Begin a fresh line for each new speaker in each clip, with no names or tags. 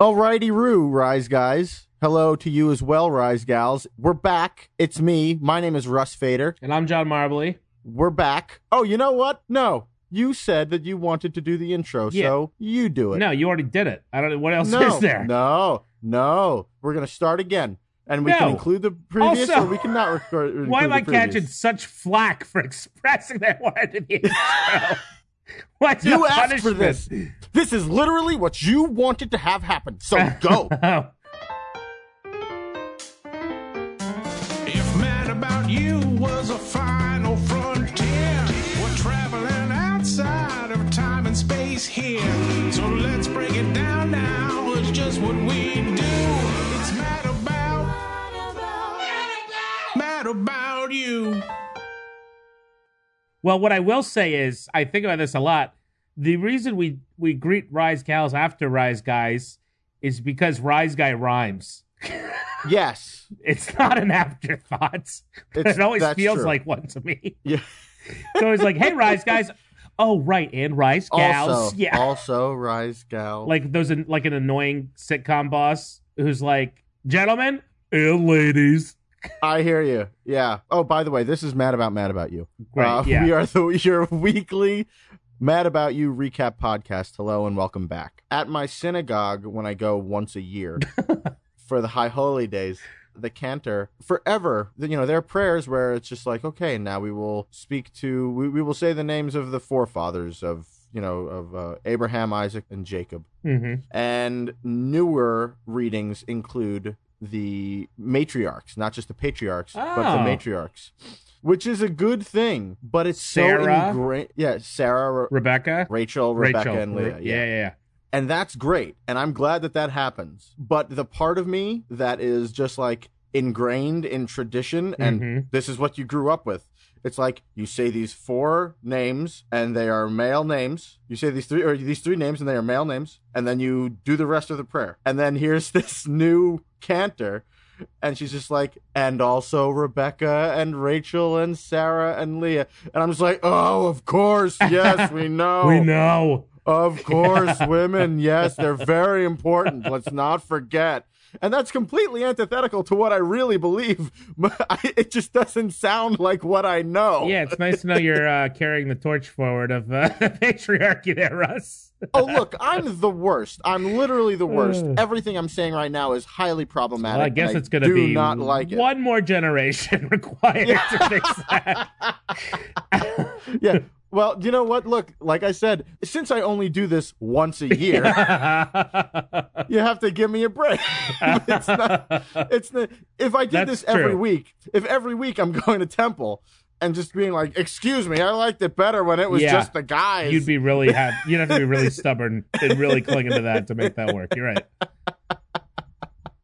Alrighty, Roo, Rise Guys. Hello to you as well, Rise Gals. We're back. It's me. My name is Russ Fader.
And I'm John Marbley.
We're back. Oh, you know what? No. You said that you wanted to do the intro,
Yeah.
so you do it.
No, you already did it. I don't. What else
no,
is there?
No, no. We're going to start again. And we
No.
can include the previous
Also-
or we cannot record.
Why am I
include the
catching
previous.
such flack for expressing that I wanted to be in the show? What's
You
the
asked for
punishment?
this. This is literally what you wanted to have happen, so go.
Oh,
If mad about you was a final frontier, we're traveling outside of time and space here. So let's break it down now. It's just what we do. It's mad about, mad about you.
well, what I will say is, I think about this a lot. The reason we we greet Rise Gals after Rise Guys is because Rise Guy rhymes.
yes.
It's not an afterthought. But
It's-
it always
that's
feels
true.
like one to me.
Yeah.
It's always like, hey, Rise Guys. Oh, right, and Rise Gals.
Also,
yeah.
also, Rise Gal.
like those an- like an annoying sitcom boss who's like, gentlemen and ladies.
I hear you. Yeah. Oh, by the way, this is Mad About Mad About You.
Great.
Uh,
yeah.
We are the, your weekly Mad About You recap podcast. Hello and welcome back. At my synagogue, when I go once a year for the High Holy Days, the cantor forever, you know, there are prayers where it's just like, okay, now we will speak to, we, we will say the names of the forefathers of, you know, of uh, Abraham, Isaac, and Jacob.
hmm
And newer readings include the matriarchs, not just the patriarchs, but the
Oh.
matriarchs, which is a good thing. But it's so
Sarah?
ingrained. Yeah, Sarah, Ra-
Rebecca.
Rachel, Rebecca,
Rachel.
and Leah.
Re-
Yeah.
yeah, yeah.
and that's great, and I'm glad that that happens. But the part of me that is just like ingrained in tradition, and
Mhm.
this is what you grew up with. It's like you say these four names and they are male names. You say these three or these three names and they are male names, and then you do the rest of the prayer. And then here's this new cantor, and she's just like, and also Rebecca and Rachel and Sarah and Leah. And I'm just like, oh, of course, yes, we know,
We know.
of course, women, yes, they're very important. Let's not forget. And that's completely antithetical to what I really believe. But I- it just doesn't sound like what I know.
Yeah, it's nice to know you're uh, carrying the torch forward of uh, the patriarchy there, Russ.
Oh, look, I'm the worst. I'm literally the worst. Everything I'm saying right now is highly problematic.
Well, I guess
and
it's going to
do
be
not like it.
one more generation required to fix that.
Yeah. Well, you know what? Look, like I said, since I only do this once a year, you have to give me a break. it's not, it's the, if I did
That's
this every
true.
week, if every week I'm going to temple and just being like, "Excuse me, I liked it better when it was
Yeah.
just the guys."
You'd be really have you'd have to be really stubborn and really clinging to that to make that work. You're right.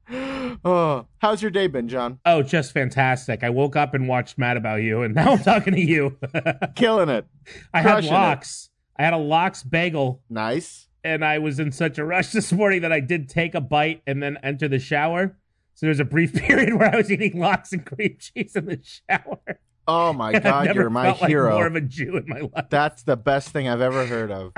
oh, how's your day been, John?
Oh, just fantastic. I woke up and watched Mad About You, and now I'm talking to you.
Killing it.
I had
Crushing it.
locks. I had a locks bagel,
Nice.
and I was in such a rush this morning that I did take a bite and then enter the shower. So there's a brief period where I was eating locks and cream cheese in the shower.
Oh my
And I've
God,
never
you're my
felt like
hero.
more of a Jew in my life.
That's the best thing I've ever heard of.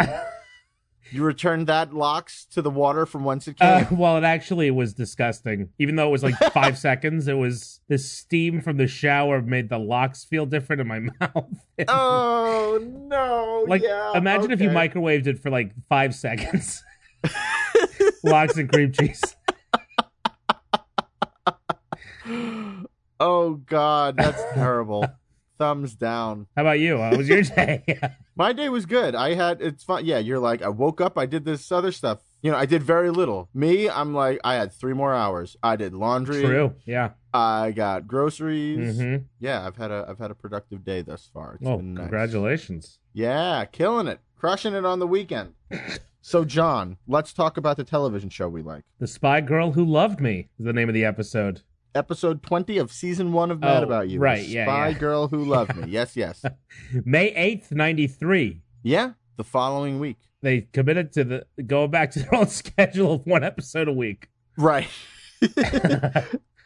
you returned that locks to the water from whence it came.
Uh, well, it actually was disgusting. Even though it was like five seconds, it was the steam from the shower made the locks feel different in my mouth.
oh no!
like,
yeah,
imagine if you
okay.
microwaved it for like five seconds. locks and cream cheese.
Oh God, that's terrible. Thumbs down.
How about you? How was your day?
My day was good. I had it's fun. Yeah, you're like I woke up. I did this other stuff. You know, I did very little. Me, I'm like I had three more hours. I did laundry.
True. Yeah.
I got groceries.
hmm
Yeah, I've had a I've had a productive day thus far. It's
Oh,
been nice.
congratulations.
Yeah, killing it, crushing it on the weekend. so, John, let's talk about the television show we like.
The Spy Girl Who Loved Me is the name of the episode.
Episode twenty of season one of Mad
Oh,
About You.
right,
The
yeah,
Spy
yeah.
Girl Who Loved Me. Yes, yes.
May 8th, 93.
Yeah, the following week.
They committed to the going back to their old schedule of one episode a week.
Right.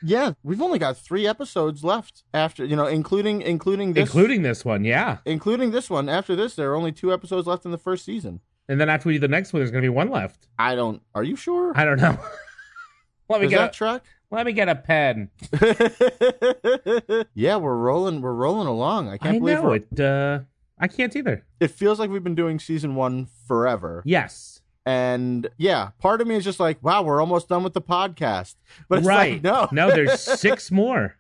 Yeah, we've only got three episodes left after you know, including including this
Including this one, yeah.
including this one. After this, there are only two episodes left in the first season.
And then after we do the next one, there's going to be one left.
I don't. Are you sure?
I don't know. let me
Is
get
that
a,
track?
let me get a pen.
yeah, we're rolling. We're rolling along. I can't
I
believe
know
we're,
it. Uh, I can't either.
it feels like we've been doing season one forever.
Yes.
And yeah, part of me is just like, wow, we're almost done with the podcast. But it's
right.
like, no,
no, there's six more.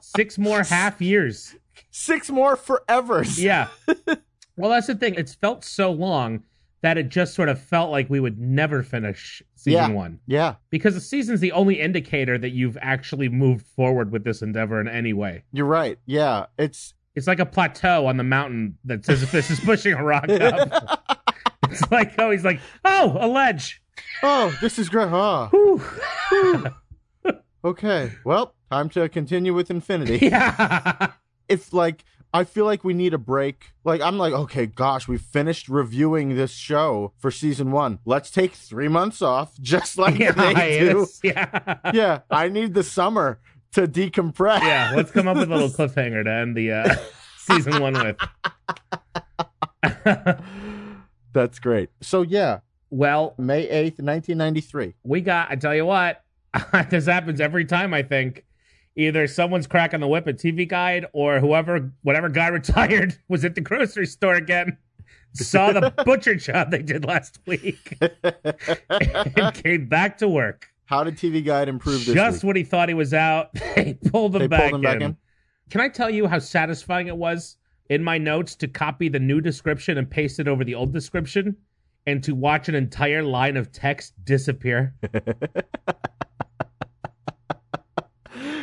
six more half years.
six more forever.
Yeah. Well, that's the thing. It's felt so long that it just sort of felt like we would never finish season
Yeah.
one
Yeah.
because the season's the only indicator that you've actually moved forward with this endeavor in any way.
You're right. Yeah. It's
It's like a plateau on the mountain that says if this is pushing a rock up. it's like, oh, he's like, oh, a ledge.
oh, this is great. Huh.
Whew.
Okay. Well, time to continue with infinity.
yeah.
if like I feel like we need a break. Like I'm like, okay, gosh, we finished reviewing this show for season one. Let's take three months off, just like
Yeah,
they do.
hiatus. yeah.
Yeah, I need the summer to decompress.
Yeah, let's come up with a little cliffhanger to end the uh, season one with.
That's great. So yeah,
well,
May eighth, nineteen ninety three.
we got, I tell you what, this happens every time, I think. Either someone's cracking the whip at TV Guide or whoever, whatever guy retired was at the grocery store again, saw the butcher job they did last week, and came back to work.
How did TV Guide improve this?
Just
week?
when he thought he was out, they pulled
They
him,
pulled
back,
him
in.
back in.
Can I tell you how satisfying it was in my notes to copy the new description and paste it over the old description and to watch an entire line of text disappear?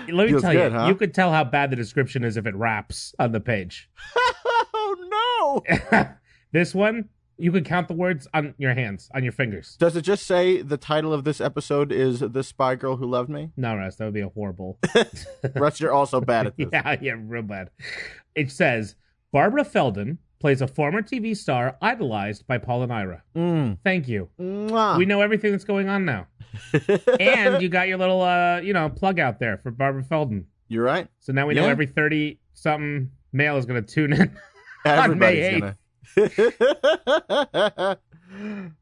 Let me
Feels
tell
good,
you,
huh?
you could tell how bad the description is if it wraps on the page.
oh no!
this one, you could count the words on your hands, on your fingers.
Does it just say the title of this episode is "The Spy Girl Who Loved Me"?
No, Russ, that would be a horrible.
Russ, you're also bad at this.
Yeah, yeah, real bad. It says Barbara Feldon plays a former TV star idolized by Paul and Ira.
Mm.
Thank you.
Mwah.
We know everything that's going on now. and you got your little, uh, you know, plug out there for Barbara Feldon.
You're right.
So now we know
Yeah.
every 30 something male is going to tune in. On May
Everybody's gonna.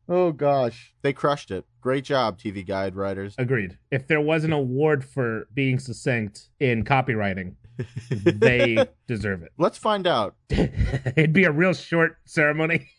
oh gosh, they crushed it. Great job, TV Guide writers.
Agreed. If there was an award for being succinct in copywriting, they deserve it.
Let's find out.
It'd be a real short ceremony.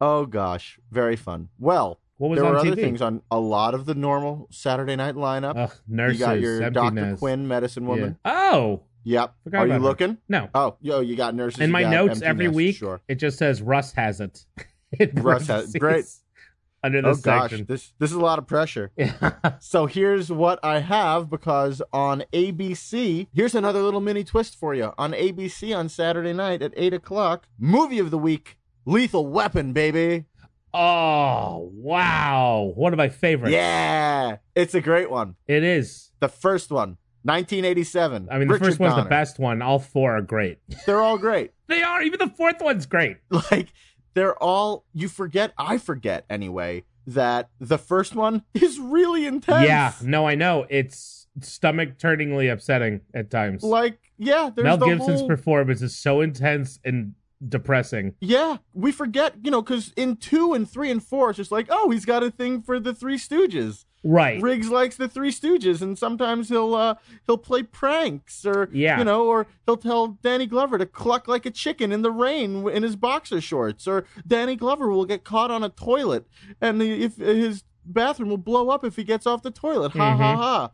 oh gosh, very fun. Well,
What was
there
on
were
TV?
other things on a lot of the normal Saturday night lineup.
Ugh, Uh, nurses,
you got your Doctor
emptiness.
Quinn, medicine woman.
Yeah. Oh,
Yep.
Forgot
Are you
about her.
looking?
no.
Oh, yo, you got nurses.
in
you
my
got
notes
empty
every
nest,
week,
Sure.
it just says Russ has it. In
Russ has-
parentheses
great.
Under
Oh
this
gosh,
section.
this this is a lot of pressure.
Yeah.
So here's what I have because on ABC, here's another little mini twist for you. On ABC on Saturday night at 8 o'clock, movie of the week, Lethal Weapon, baby.
Oh wow! One of my favorites.
Yeah. It's a great one.
it is.
The first one, 1987.
I mean, the
Richard
first one's
Donner.
the best one. All four are great.
They're all great.
They are. Even the fourth one's great.
Like, they're all, you forget, I forget anyway, that the first one is really intense.
Yeah. No, I know. It's stomach-turningly upsetting at times.
Like, yeah, there's
Mel
the
Gibson's
whole...
performance is so intense and depressing.
Yeah, we forget, you know, because in two and three and four, it's just like, oh, he's got a thing for the Three Stooges.
Right.
Riggs likes the Three Stooges, and sometimes he'll uh, he'll play pranks, or
Yeah.
you know, or he'll tell Danny Glover to cluck like a chicken in the rain w- in his boxer shorts, or Danny Glover will get caught on a toilet, and the, if his bathroom will blow up if he gets off the toilet. Ha ha
Mhm.
ha!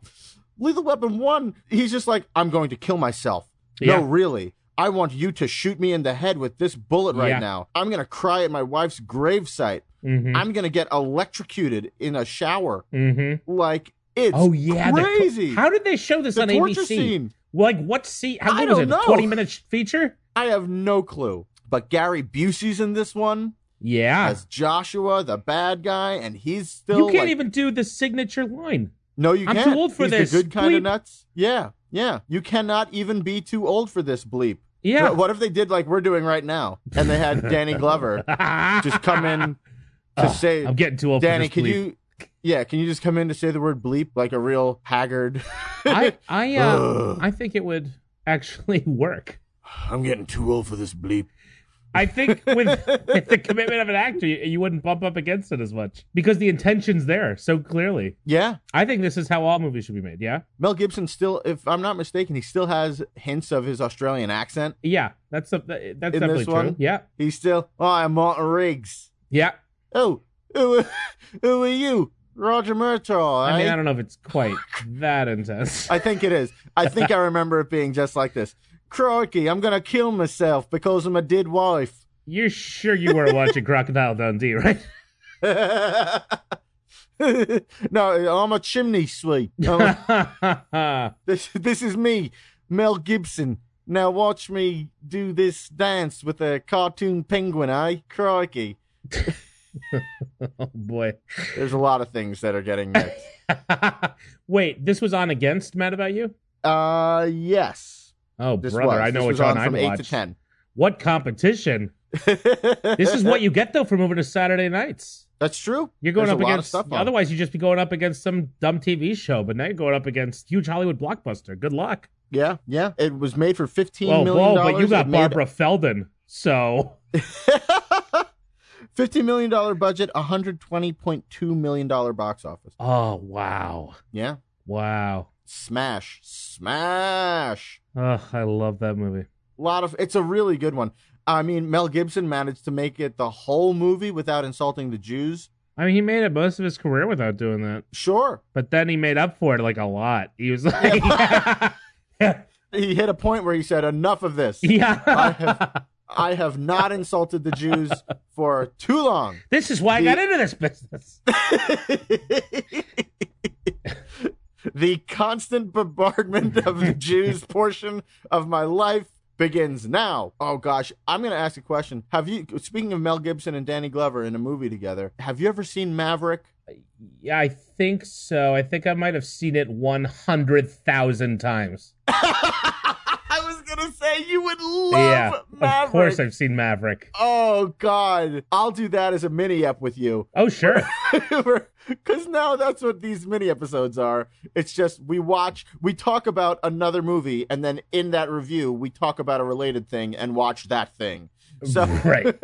Lethal Weapon One, he's just like, I'm going to kill myself. No,
Yeah.
really. I want you to shoot me in the head with this bullet right
Yeah.
now. I'm going to cry at my wife's gravesite.
Mm-hmm.
I'm going to get electrocuted in a shower.
mm-hmm.
Like, it's
Oh yeah. the-
crazy.
how did they show this
the
on
torture
ABC?
scene.
Like what scene? How
I
long was
don't
it?
know.
Twenty minute feature?
I have no clue. But Gary Busey's in this one
Yeah.
as Joshua, the bad guy, and he's still.
Ah. You can't
like-
even do the signature line.
No, you
I'm too
can't.
old for
he's
this.
The good kind
Bleep.
of nuts. Yeah, yeah. You cannot even be too old for this bleep.
Yeah.
What- What if they did like we're doing right now, and they had Danny Glover just come in to
Ugh,
say,
Ah, I'm getting too old
Danny,
for
can
this bleep.
you, yeah, can you just come in to say the word bleep like a real haggard?
I I uh,
Ugh.
I think it would actually work.
I'm getting too old for this bleep.
I think with, with the commitment of an actor, you, you wouldn't bump up against it as much because the intention's there so clearly.
Yeah,
I think this is how all movies should be made. Yeah,
Mel Gibson still, if I'm not mistaken, he still has hints of his Australian accent.
yeah, that's a, that's
this
definitely true.
one?
Yeah,
He's still, oh, I'm Martin Riggs.
yeah.
Oh, who, who are you? Roger Murtaugh.
I mean,
eh?
I don't know if it's quite that intense.
I think it is. I think I remember it being just like this. Crikey, I'm gonna kill myself because I'm a dead wife.
You're sure you were watching Crocodile Dundee, right?
no, I'm a chimney sweep. I'm a-
yeah,
this, this is me, Mel Gibson. Now watch me do this dance with a cartoon penguin, eh? Crikey.
oh boy.
There's a lot of things that are getting mixed.
Wait, this was on against Mad About You?
uh, yes.
Oh,
This
brother,
was.
I know
this was
which one
on
I
from 8
watched.
to 10.
What competition? This is what you get though for moving to Saturday nights.
That's true.
You're going
There's
up
a lot of
against.
stuff on.
otherwise, you'd just be going up against some dumb TV show. But now you're going up against huge Hollywood blockbuster. Good luck.
Yeah, yeah. It was made for fifteen
Whoa,
million
whoa! But
dollars.
you
It
got
made-
Barbara Feldon. So
Fifteen million dollar budget, hundred twenty point two million dollar box office.
oh wow,
Yeah,
wow.
smash, smash.
Oh, I love that movie.
Lot of it's a really good one. I mean, Mel Gibson managed to make it the whole movie without insulting the Jews.
I mean, he made it most of his career without doing that,
Sure,
but then he made up for it like a lot. He was like, yeah, yeah,
he hit a point where he said, "Enough of this. I have- I have not insulted the Jews for too long."
this is why
The-
I got into this business.
the constant bombardment of the Jews portion of my life begins now. Oh gosh, I'm going to ask a question. Have you speaking of Mel Gibson and Danny Glover in a movie together, have you ever seen Maverick?
Yeah, I think so. I think I might have seen it one hundred thousand times.
I was going to say you would love
yeah,
Maverick.
of course I've seen Maverick.
Oh God! I'll do that as a mini ep with you,
Oh sure.
because now that's what these mini episodes are. It's just we watch, we talk about another movie, and then in that review, we talk about a related thing and watch that thing. So
right.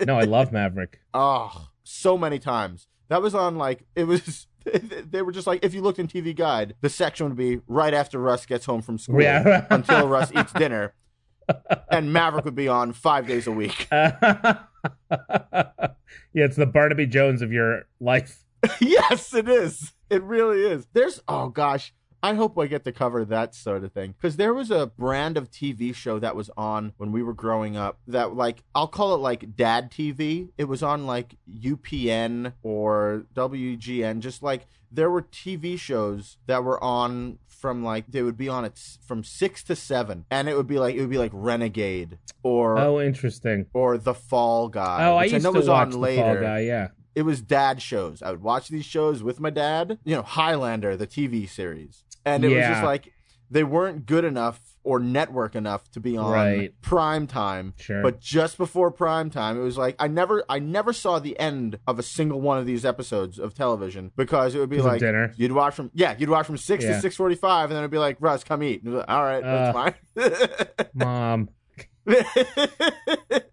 no, I love Maverick.
Oh, so many times. That was on like it was. They were just like if you looked in TV Guide, the section would be right after Russ gets home from school
Yeah.
until Russ eats dinner, and Maverick would be on five days a week.
yeah, it's the Barnaby Jones of your life.
yes, it is. It really is. There's oh gosh, I hope I get to cover that sort of thing because there was a brand of TV show that was on when we were growing up that like I'll call it like dad TV. It was on like UPN or WGN. Just like there were TV shows that were on from like they would be on at s- from six to seven, and it would be like it would be like Renegade or.
Oh, interesting.
Or the Fall Guy.
Oh, I
which
used
know
to
was
watch
on
the
later
Fall Guy. Yeah.
it was dad shows. I would watch these shows with my dad. You know, Highlander, the TV series, and it was
Yeah.
just like they weren't good enough or network enough to be on
Right.
prime time.
Sure.
But just before prime time, it was like I never, I never saw the end of a single one of these episodes of television because it would be
Because of
like
dinner.
You'd watch from yeah, you'd watch from six to
Yeah.
six forty-five, and then it'd be like Russ, come eat. And it'd be like, All right, that's fine.
Mom.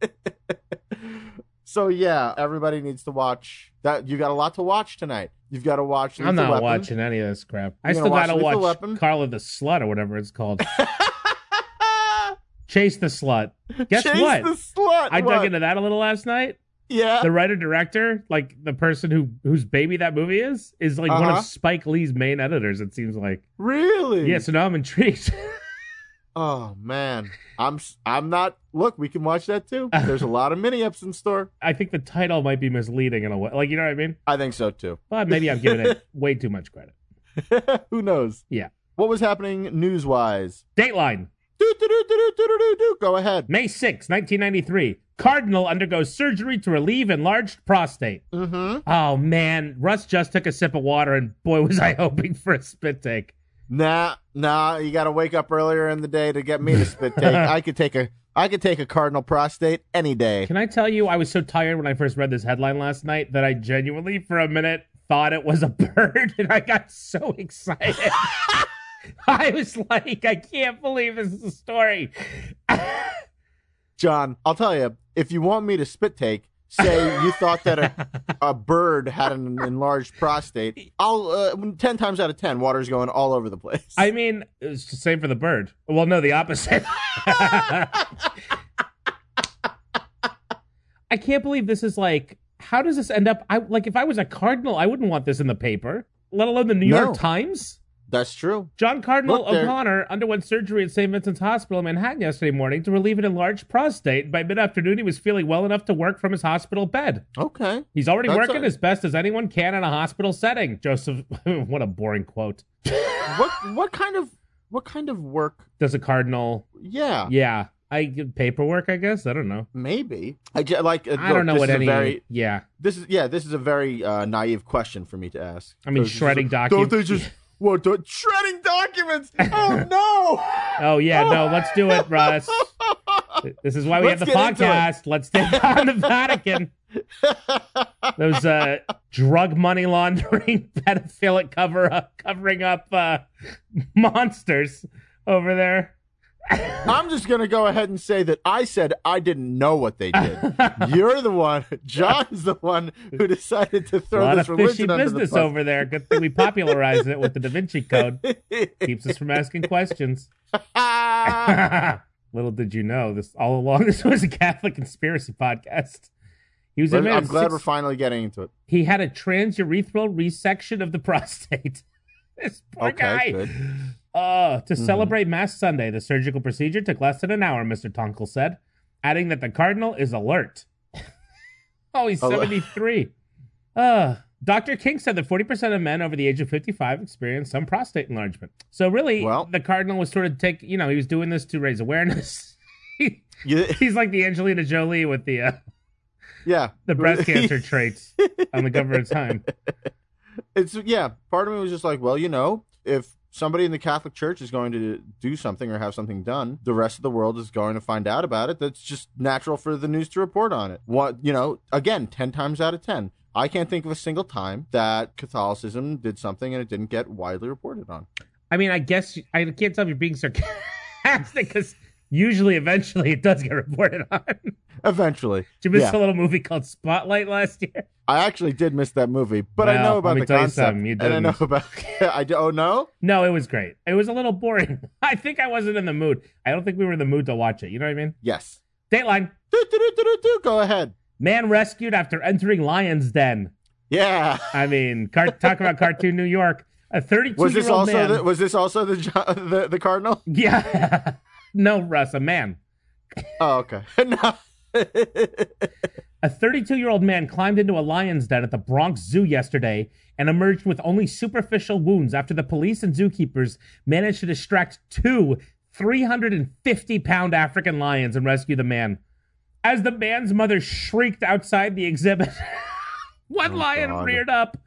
so yeah, everybody needs to watch that. You got a lot to watch tonight. You've got to watch.
I'm
Lethal
not
Weapon.
watching any of this crap. I
gonna
still
watch
gotta
Lethal
watch
Weapon?
Carla the Slut or whatever it's called. Chase the Slut. Guess
Chase
what?
The slut.
I
What?
dug into that a little last night.
Yeah.
The writer director, like the person who whose baby that movie is, is like one
Uh-huh.
of Spike Lee's main editors. It seems like.
Really?
Yeah. So now I'm intrigued.
Oh man, I'm s- I'm not. Look, we can watch that too. There's a lot of mini eps in store.
I think the title might be misleading in a way. Like you know what I mean?
I think so too.
But maybe I'm giving it way too much credit.
Who knows?
Yeah.
What was happening news wise?
Dateline.
Do do do do do do do do. Go ahead.
May 6, 1993. Cardinal undergoes surgery to relieve enlarged prostate.
Mm-hmm.
Oh, man. Russ just took a sip of water, and boy, was I hoping for a spit take.
Nah, nah, you gotta wake up earlier in the day to get me to spit take. I could take a I could take a cardinal prostate any day.
Can I tell you, I was so tired when I first read this headline last night that I genuinely, for a minute, thought it was a bird, and I got so excited. I was like, I can't believe this is a story.
John, I'll tell you, if you want me to spit take, say you thought that a, a bird had an enlarged prostate. I'll uh, 10 times out of 10, water's going all over the place.
I mean, it's the same for the bird. Well, no, the opposite. I can't believe this is like. How does this end up? I like if I was a cardinal, I wouldn't want this in the paper, let alone the New
No.
York Times.
That's true.
John Cardinal
Look, they're-
O'Connor underwent surgery at St. Vincent's Hospital in Manhattan yesterday morning to relieve an enlarged prostate. By mid afternoon, he was feeling well enough to work from his hospital bed.
Okay.
He's already
That's
working
a-
as best as anyone can in a hospital setting. Joseph, what a boring quote.
What what kind of what kind of work?
Does a cardinal?
Yeah,
Yeah, I paperwork. I guess I don't know.
maybe. I ju- like. Uh,
I
look,
don't know
this
what
is a
any.
Very,
Yeah,
this is yeah. This is a very uh, naive question for me to ask.
I mean
Because it's
shredding
just-
docu-
Don't they just what? Don't, shredding documents. Oh no.
Oh yeah, no, let's do it, Russ. This is why we
Let's
have the
get into it.
podcast. Let's take on the Vatican. Those uh, drug money laundering, pedophilic cover up, covering up uh, monsters over there.
I'm just gonna go ahead and say that I said I didn't know what they did. You're the one. John's the one who decided to
A
throw
lot
this
of fishy
religion under the
business
bus.
over there. Good thing we popularized it with the Da Vinci Code. Keeps us from asking questions.
Ah,
Little did you know this all along. This was a Catholic conspiracy podcast. He was
I'm
admitted
glad
six-
we're finally getting into it.
he had a transurethral resection of the prostate. this poor
Okay,
guy.
good. Mm-hmm.
Uh, to celebrate Mass Sunday, the surgical procedure took less than an hour, Mr. Tonkel said, adding that the Cardinal is alert. oh, he's
Oh.
73. Uh, Dr. King said that 40% of men over the age of 55 experience some prostate enlargement. So, really,
Well-
the Cardinal was sort of take, you know, he was doing this to raise awareness. He-
You-
he's like the Angelina Jolie with the, uh,
yeah,
the breast cancer traits on the cover of Time.
it's yeah. Part of me was just like, well, you know, if somebody in the Catholic Church is going to do something or have something done, the rest of the world is going to find out about it. That's just natural for the news to report on it. What you know, again, ten times out of ten, I can't think of a single time that Catholicism did something and it didn't get widely reported on.
I mean, I guess I can't tell if you're being sarcastic because usually, eventually, it does get reported on. Did
Eventually,
you miss
Yeah.
a little movie called Spotlight last year?
I actually did miss that movie, but I
Well,
know
let
about
me
the
tell you
concept.
something, you
and I
didn't.
know about. I do, oh no,
No, it was great. It was a little boring. I think I wasn't in the mood. I don't think we were in the mood to watch it. You know what I mean?
yes.
Dateline:
Do, do, do, do, do, do. Go ahead.
Man rescued after entering lion's den.
Yeah.
I mean, car- talk about cartoon New York. A 32
Was this
year old
also
man.
the, was this also the Jo- the, the cardinal?
yeah. no, Russ, a man.
Oh, okay. No.
A 32 year old man climbed into a lion's den at the Bronx Zoo yesterday and emerged with only superficial wounds after the police and zookeepers managed to distract two 350 pound African lions and rescue the man. As the man's mother shrieked outside the exhibit, one lion
God.
reared up,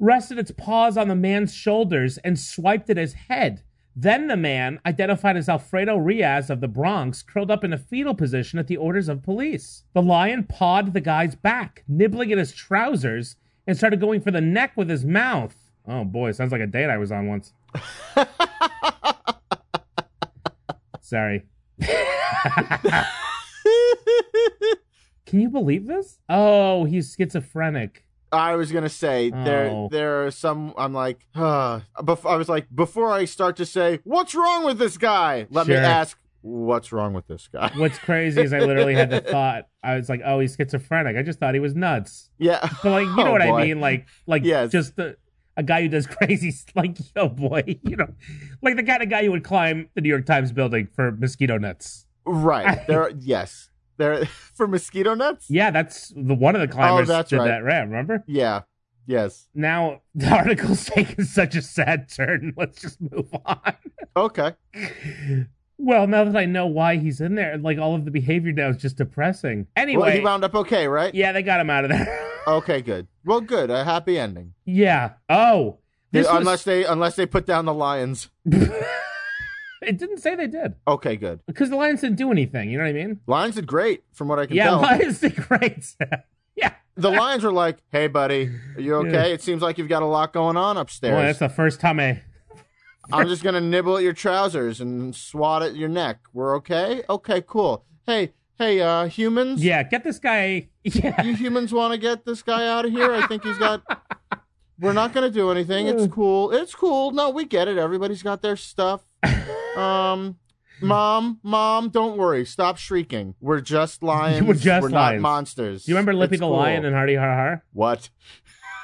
rested its paws on the man's shoulders, and swiped at his head. Then the man, identified as Alfredo Riaz of the Bronx, curled up in a fetal position at the orders of police. The lion pawed the guy's back, nibbling at his trousers, and started going for the neck with his mouth. Oh boy, sounds like a date I was on once. Sorry. Can you believe this? Oh, he's schizophrenic.
I was gonna say
Oh.
there there are some. I'm like, uh, bef- I was like before I start to say what's wrong with this guy. Let me
Sure.
ask what's wrong with this guy.
What's crazy is I literally had the thought. I was like, oh, he's schizophrenic. I just thought he was nuts.
Yeah.
But like, you know
Oh,
what I
boy.
mean? Like, like
Yes.
just the, a guy who does crazy, s- like, oh boy, you know, like the kind of guy who would climb the New York Times building for mosquito nuts.
Right. There. yes. There for mosquito nets.
Yeah, that's the one of the climbers
Oh, that's
did
right.
that ram. Remember?
Yeah. Yes.
Now the article's taking such a sad turn. Let's just move on.
Okay.
Well, now that I know why he's in there, like all of the behavior now is just depressing. Anyway,
Well, he wound up okay, right?
yeah, they got him out of there.
Okay. Good. Well, good. A happy ending.
Yeah. Oh. This was-
unless they unless they put down the lions.
it didn't say they did
Okay. Good.
because the Lions didn't do anything. You know what I mean?
Lions did great, from what I can
Yeah,
tell.
Lions did great. yeah.
the lions were like, "Hey, buddy, are you okay? It seems like you've got a lot going on upstairs."
Well, that's the first time I
I'm just gonna nibble at your trousers and swat at your neck. We're okay? Okay, cool. Hey, hey, uh, humans.
Yeah, get this guy. Yeah.
You humans want to get this guy out of here? I think he's got. We're not gonna do anything. It's cool. It's cool. No, we get it. Everybody's got their stuff. Um, mom, mom, don't worry. Stop shrieking. We're just lions.
We're just
not
lions.
monsters.
Do you remember Lippy
It's
the
cool.
Lion and Hardy Har Har?
what?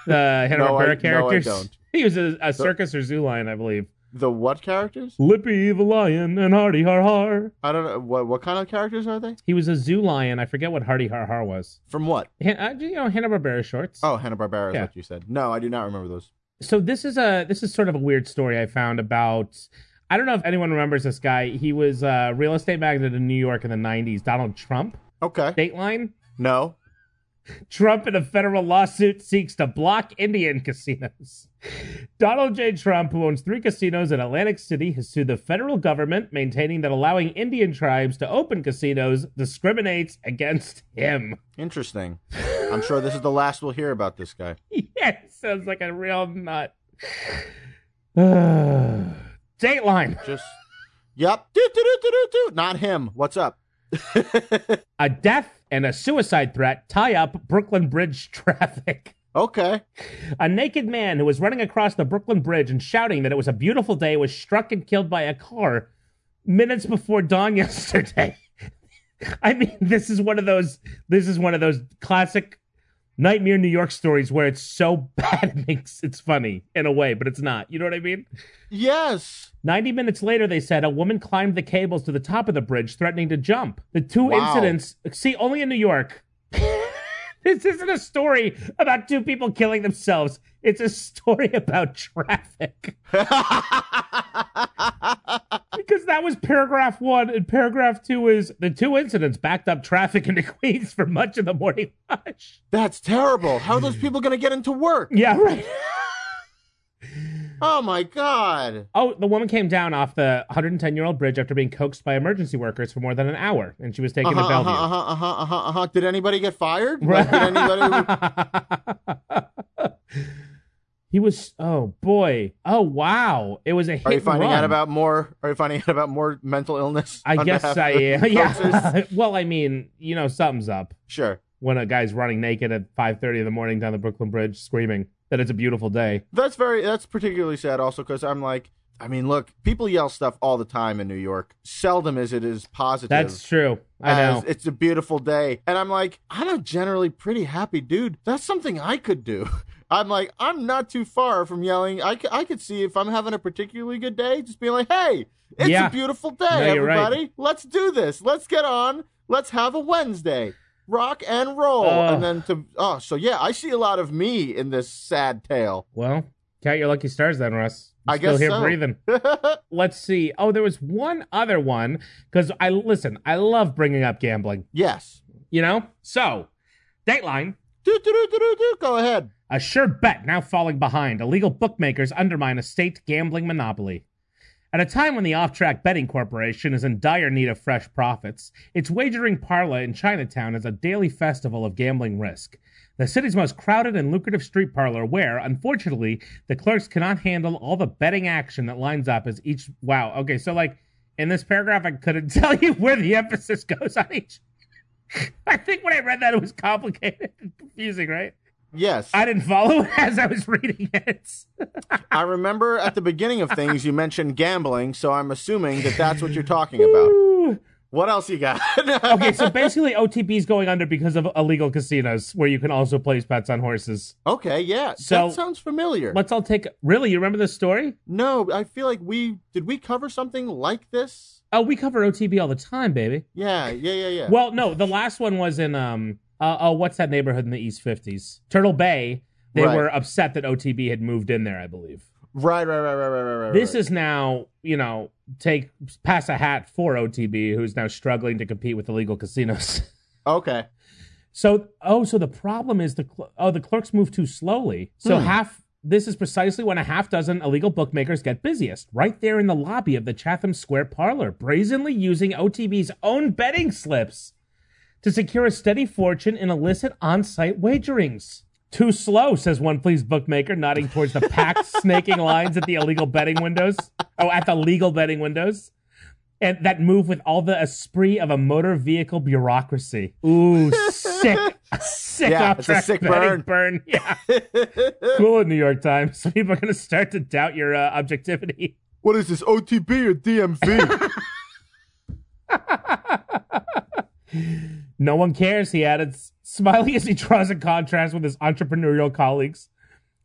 The Hanna
No, I- no, I
Barbera characters.
don't.
He was a, a circus or zoo lion, I believe.
The what characters?
Lippy the Lion and Hardy Har Har.
I don't know. What what kind of characters are they?
He was a zoo lion. I forget what Hardy Har Har was.
From what?
Han- uh, you know, Hanna Barbera shorts.
Oh, Hanna Barbera is
Yeah.
what you said. No, I do not remember those.
so this is a this is sort of a weird story I found about. I don't know if anyone remembers this guy. He was a real estate magnate in New York in the '90s. Donald Trump,
Okay.
Dateline.
No.
Trump in a federal lawsuit seeks to block Indian casinos. Donald J. Trump, who owns three casinos in Atlantic City, has sued the federal government, maintaining that allowing Indian tribes to open casinos discriminates against him.
Interesting. I'm sure this is the last we'll hear about this guy.
Yeah, sounds like a real nut. Dateline.
Just Yep. Do, do, do, do, do, do. Not him. What's up?
A death and a suicide threat tie up Brooklyn Bridge traffic.
Okay.
A naked man who was running across the Brooklyn Bridge and shouting that it was a beautiful day was struck and killed by a car minutes before dawn yesterday. I mean, this is one of those this is one of those classic nightmare New York stories where it's so bad it makes it's funny in a way, but it's not. You know what I mean?
Yes.
90 minutes later, they said a woman climbed the cables to the top of the bridge, threatening to jump. The two
Wow.
incidents, see, only in New York. this isn't a story about two people killing themselves. It's a story about traffic. Because that was paragraph one, and paragraph two is the two incidents backed up traffic into Queens for much of the morning rush.
That's terrible. How are those people going to get into work?
Yeah, right.
Oh my god.
Oh, the woman came down off the 110 year old bridge after being coaxed by emergency workers for more than an hour, and she was taken
Uh-huh,
to Bellevue.
uh-huh, uh-huh, uh-huh, uh-huh, uh-huh. Did anybody get fired? Like, did anybody
he was oh boy oh wow it was a hit
Are you
and
finding
run.
out about more are you finding out about more mental illness?
I
on
guess
behalf
I
of the coaxers?
yeah well I mean you know something's up
Sure.
when a guy's running naked at five thirty in the morning down the Brooklyn Bridge screaming that it's a beautiful day
That's very that's particularly sad also cuz I'm like I mean, look, people yell stuff all the time in New York. Seldom is it is positive.
that's true I know
as it's a beautiful day. And I'm like, I'm a generally pretty happy dude. That's something I could do. I'm like, I'm not too far from yelling. I, c- I could see if I'm having a particularly good day, just being like, hey, it's
Yeah.
a beautiful day,
No, you're right.
everybody. Let's do this. Let's get on. Let's have a Wednesday. Rock and roll.
Ugh.
And then to, oh, so yeah, I see a lot of me in this sad tale.
well count your lucky stars then Russ You're
I
still
guess
here
so.
breathing let's see oh there was one other one because I listen I love bringing up gambling
yes.
you know so Dateline
Do, do, do, do, do, do. Go ahead.
A sure bet now falling behind. Illegal bookmakers undermine a state gambling monopoly. At a time when the Off Track Betting Corporation is in dire need of fresh profits, its wagering parlor in Chinatown is a daily festival of gambling risk. The city's most crowded and lucrative street parlor, where, unfortunately, the clerks cannot handle all the betting action that lines up as each. Wow. Okay, so like in this paragraph, I couldn't tell you where the emphasis goes on each. I think when I read that, it was complicated and confusing, right?
Yes.
I didn't follow it as I was reading it.
I remember at the beginning of things you mentioned gambling, so I'm assuming that that's what you're talking about. What else you got?
okay, so basically OTB is going under because of illegal casinos where you can also place bets on horses.
okay, yeah.
So-
that sounds familiar.
Let's all take Really, you remember this story?
No, I feel like we did we cover something like this?
Oh, we cover OTB all the time, baby.
Yeah, yeah, yeah, yeah.
Well, no, the last one was in um uh, oh, what's that neighborhood in the East 50s? Turtle Bay. They
Right.
were upset that OTB had moved in there, I believe.
right, right, right, right, right, right, right.
This
right.
is now, you know, take pass a hat for OTB who's now struggling to compete with illegal casinos.
Okay.
So, oh, so the problem is the cl- oh the clerks move too slowly. So
Hmm.
half this is precisely when a half dozen illegal bookmakers get busiest, right there in the lobby of the Chatham Square parlor, brazenly using OTB's own betting slips to secure a steady fortune in illicit on-site wagerings. Too slow, says one please bookmaker, nodding towards the packed snaking lines at the illegal betting windows. Oh, at the legal betting windows. And that move with all the esprit of a motor vehicle bureaucracy. Ooh, sick, sick
Yeah,
off
it's a
track
sick
betting
burn.
burn. Yeah, cool. New York Times. People are going to start to doubt your uh, objectivity.
What is this, OTB or DMV?
No one cares, he added, smiling as he draws a contrast with his entrepreneurial colleagues,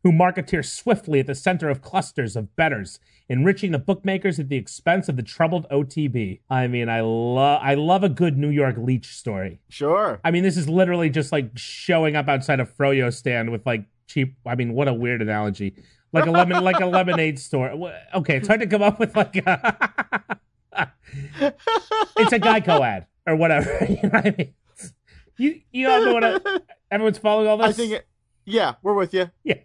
who marketeer swiftly at the center of clusters of betters, enriching the bookmakers at the expense of the troubled OTB. I mean, I love I love a good New York leech story.
sure.
I mean, this is literally just like showing up outside a froyo stand with like cheap. I mean, what a weird analogy. Like a lemon, like a lemonade store. Wha- Okay, it's hard to come up with like a. it's a Geico ad or whatever. You know what I mean? You you all know what I, everyone's following all this.
I think it, yeah, we're with you.
Yeah.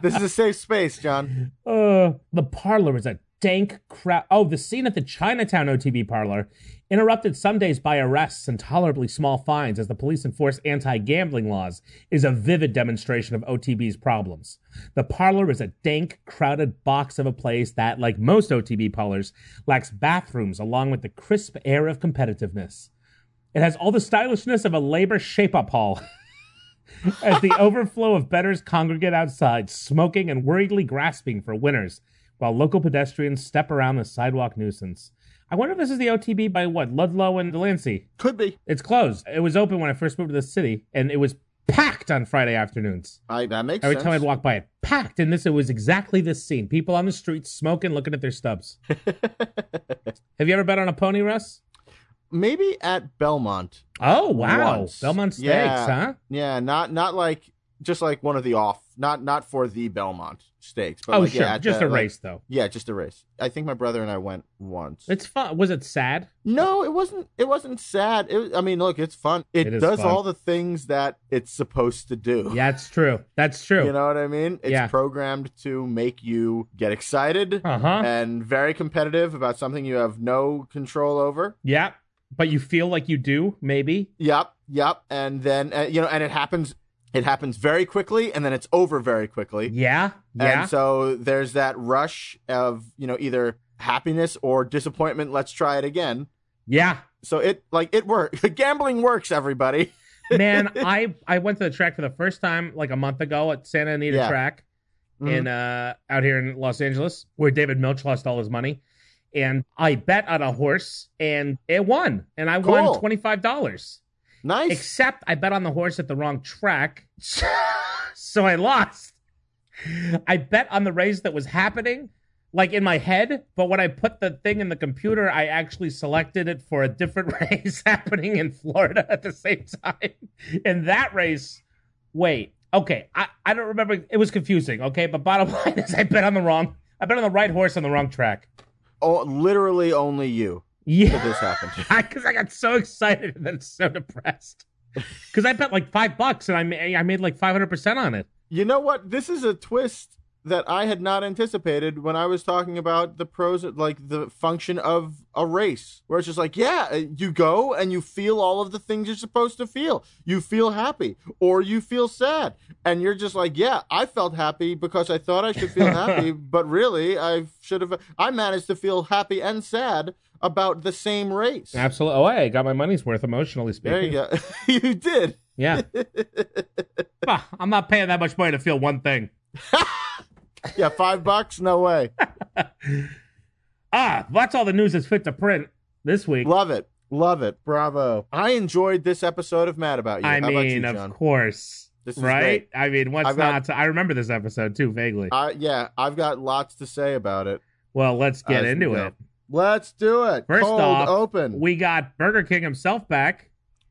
this is a safe space, John.
Uh, the parlor is a dank crowd. Oh, the scene at the Chinatown OTB parlor, interrupted some days by arrests and tolerably small fines as the police enforce anti gambling laws, is a vivid demonstration of OTB's problems. The parlor is a dank, crowded box of a place that, like most OTB parlors, lacks bathrooms along with the crisp air of competitiveness. It has all the stylishness of a labor shape up hall as the overflow of bettors congregate outside, smoking and worriedly grasping for winners, while local pedestrians step around the sidewalk nuisance. I wonder if this is the OTB by what? Ludlow and Delancey.
Could be.
It's closed. It was open when I first moved to the city, and it was packed on Friday afternoons.
I, that makes
Every
sense.
time I'd walk by it, packed. And this, it was exactly this scene: people on the streets smoking, looking at their stubs. Have you ever bet on a pony, Russ?
Maybe at Belmont.
Oh wow,
Once.
Belmont Stakes,
Yeah.
huh?
Yeah, not not like just like one of the off, not not for the Belmont stakes, but
oh
like,
sure,
yeah, at
just
the-
a
like-
race though.
yeah, just a race. I think my brother and I went once.
It's fun. Was it sad?
No, it wasn't. It wasn't sad. It, was- I mean, look, it's fun. It,
It is
does
fun.
all the things that it's supposed to do.
Yeah, it's true. That's true.
You know what I mean? It's
Yeah.
programmed to make you get excited
Uh huh.
and very competitive about something you have no control over.
Yeah, but you feel like you do, maybe.
Yep, yep. And then uh, you know, and it happens. It happens very quickly, and then it's over very quickly.
Yeah, yeah.
And so there's that rush of you know either happiness or disappointment. Let's try it again.
Yeah.
So it like it works. Gambling works, everybody.
Man, I I went to the track for the first time like a month ago at Santa Anita
Yeah.
track
Mhm.
in uh out here in Los Angeles where David Milch lost all his money. And I bet on a horse and it won. And I
Cool.
won twenty five dollars.
Nice.
Except I bet on the horse at the wrong track. so I lost. I bet on the race that was happening, like in my head, but when I put the thing in the computer, I actually selected it for a different race happening in Florida at the same time. And that race, wait, okay, I, I don't remember. It was confusing, okay? But bottom line is, I bet on the wrong, I bet on the right horse on the wrong track.
Oh, literally only you
Yeah.
that this happened.
because I got so excited and then so depressed. Because I bet like five bucks and I ma- I made like five hundred percent on it.
you know what? This is a twist that I had not anticipated when I was talking about the pros, like the function of a race, where it's just like, yeah, uh, you go and you feel all of the things you're supposed to feel. You feel happy or you feel sad. And you're just like, yeah, I felt happy because I thought I should feel happy, but really I should have, I managed to feel happy and sad about the same race.
Absolutely. Oh, I got my money's worth emotionally speaking.
There you go. you did.
Yeah. Bah, I'm not paying that much money to feel one thing.
Yeah, five bucks? No way.
Ah, that's all the news that's fit to print this week.
Love it. Love it. Bravo. I enjoyed this episode of Mad About You.
I
How about you,
mean,
John?
of course,
This is
right?
great.
I mean, what's
I've got-
not? to- I remember this episode too vaguely.
I- yeah, I've got lots to say about it.
well, let's get
I
into
know.
it.
Let's do it.
First
Cold
off,
open.
We got Burger King himself back,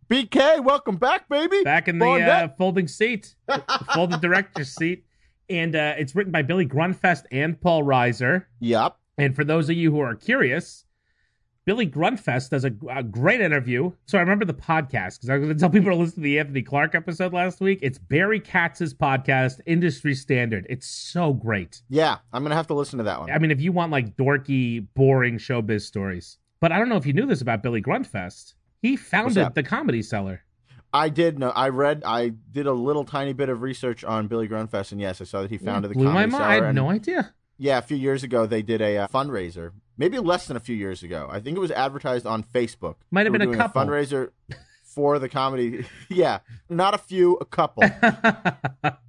BK, welcome back, baby.
back in the
Come on
uh,
back.
folding seat. folded director's seat. And uh, it's written by Billy Grunfest and Paul Reiser.
Yep.
And for those of you who are curious, Billy Grunfest does a, a great interview. So I remember the podcast because I was going to tell people to listen to the Anthony Clark episode last week. It's Barry Katz's podcast, Industry Standard. It's so great.
Yeah, I'm gonna have to listen to that one.
I mean, if you want like dorky, boring showbiz stories, but I don't know if you knew this about Billy Grunfest. He founded
that?
the Comedy Cellar.
I did know. I read. I did a little tiny bit of research on Billy Grunfest, and yes, I saw that he founded the
Blew my
Comedy
mind.
Cellar.
I had
and-
no idea.
Yeah, a few years ago they did a uh, fundraiser. Maybe less than a few years ago. I think it was advertised on Facebook.
Might have
They were
been a
doing
couple.
fundraiser for the comedy. yeah, not a few, a couple.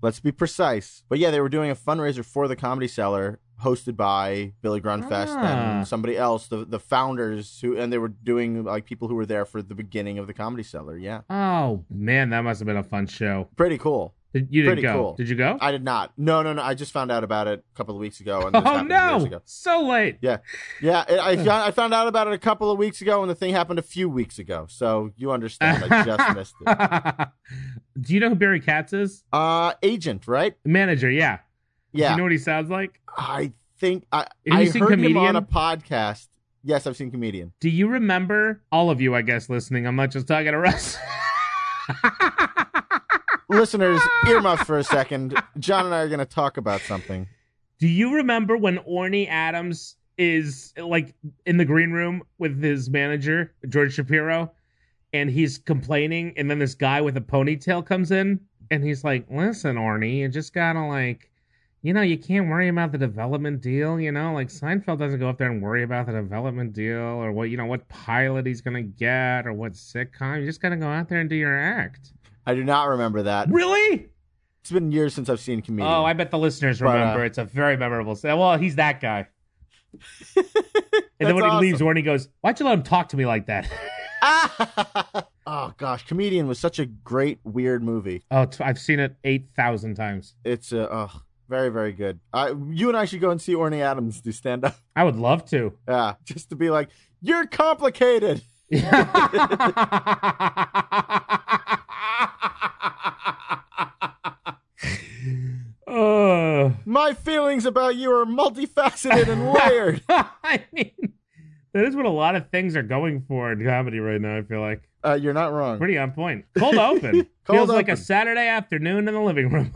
Let's be precise. But yeah, they were doing a fundraiser for the Comedy Cellar, hosted by Billy Grunfest
Ah.
and somebody else, the the founders who, and they were doing like people who were there for the beginning of the Comedy Cellar. Yeah,
oh man, that must have been a fun show.
pretty cool.
Did- You didn't
Pretty
go?
cool.
Did you go? Oh,
I did not. No, no, no. I just found out about it a couple of weeks ago. And this
oh
happened Years
no!
ago.
So late.
Yeah, it, I, found, I found out about it a couple of weeks ago, and the thing happened a few weeks ago. So you understand. I just missed it.
Do you know who Barry Katz is?
Uh, agent, right?
Manager. Yeah.
Yeah.
Do you know what he sounds like?
I think I,
Have
I
you seen
heard him on
Comedian?
a podcast. Yes, I've seen comedian.
Do you remember all of you? I guess listening. I'm not just talking to Russ.
Listeners, earmuffs for a second. John and I are going to talk about something.
Do you remember when Orny Adams is like in the green room with his manager, George Shapiro, and he's complaining, and then this guy with a ponytail comes in and he's like, Listen, Orny, you just gotta like you know, you can't worry about the development deal, you know, like Seinfeld doesn't go up there and worry about the development deal or what you know, what pilot he's gonna get or what sitcom. You just gotta go out there and do your act.
I do not remember that.
Really?
It's been years since I've seen comedian.
Oh, I bet the listeners
But, uh,
remember. it's a very memorable. Say, well, he's that guy. and
That's
then when
awesome.
he leaves, Warney goes, "Why'd you let him talk to me like that?"
Ah! oh gosh, comedian was such a great weird movie.
oh, t- I've seen it eight thousand times.
It's uh, oh, very very good. Uh, you and I should go and see Orny Adams do stand up.
I would love to.
Yeah, just to be like, you're complicated.
oh,
My feelings about you are multifaceted and layered.
I mean, that is what a lot of things are going for in comedy right now. I feel like
Uh, you're not wrong.
pretty on point. Cold open
Cold
feels like a
Open.
Saturday afternoon in the living room.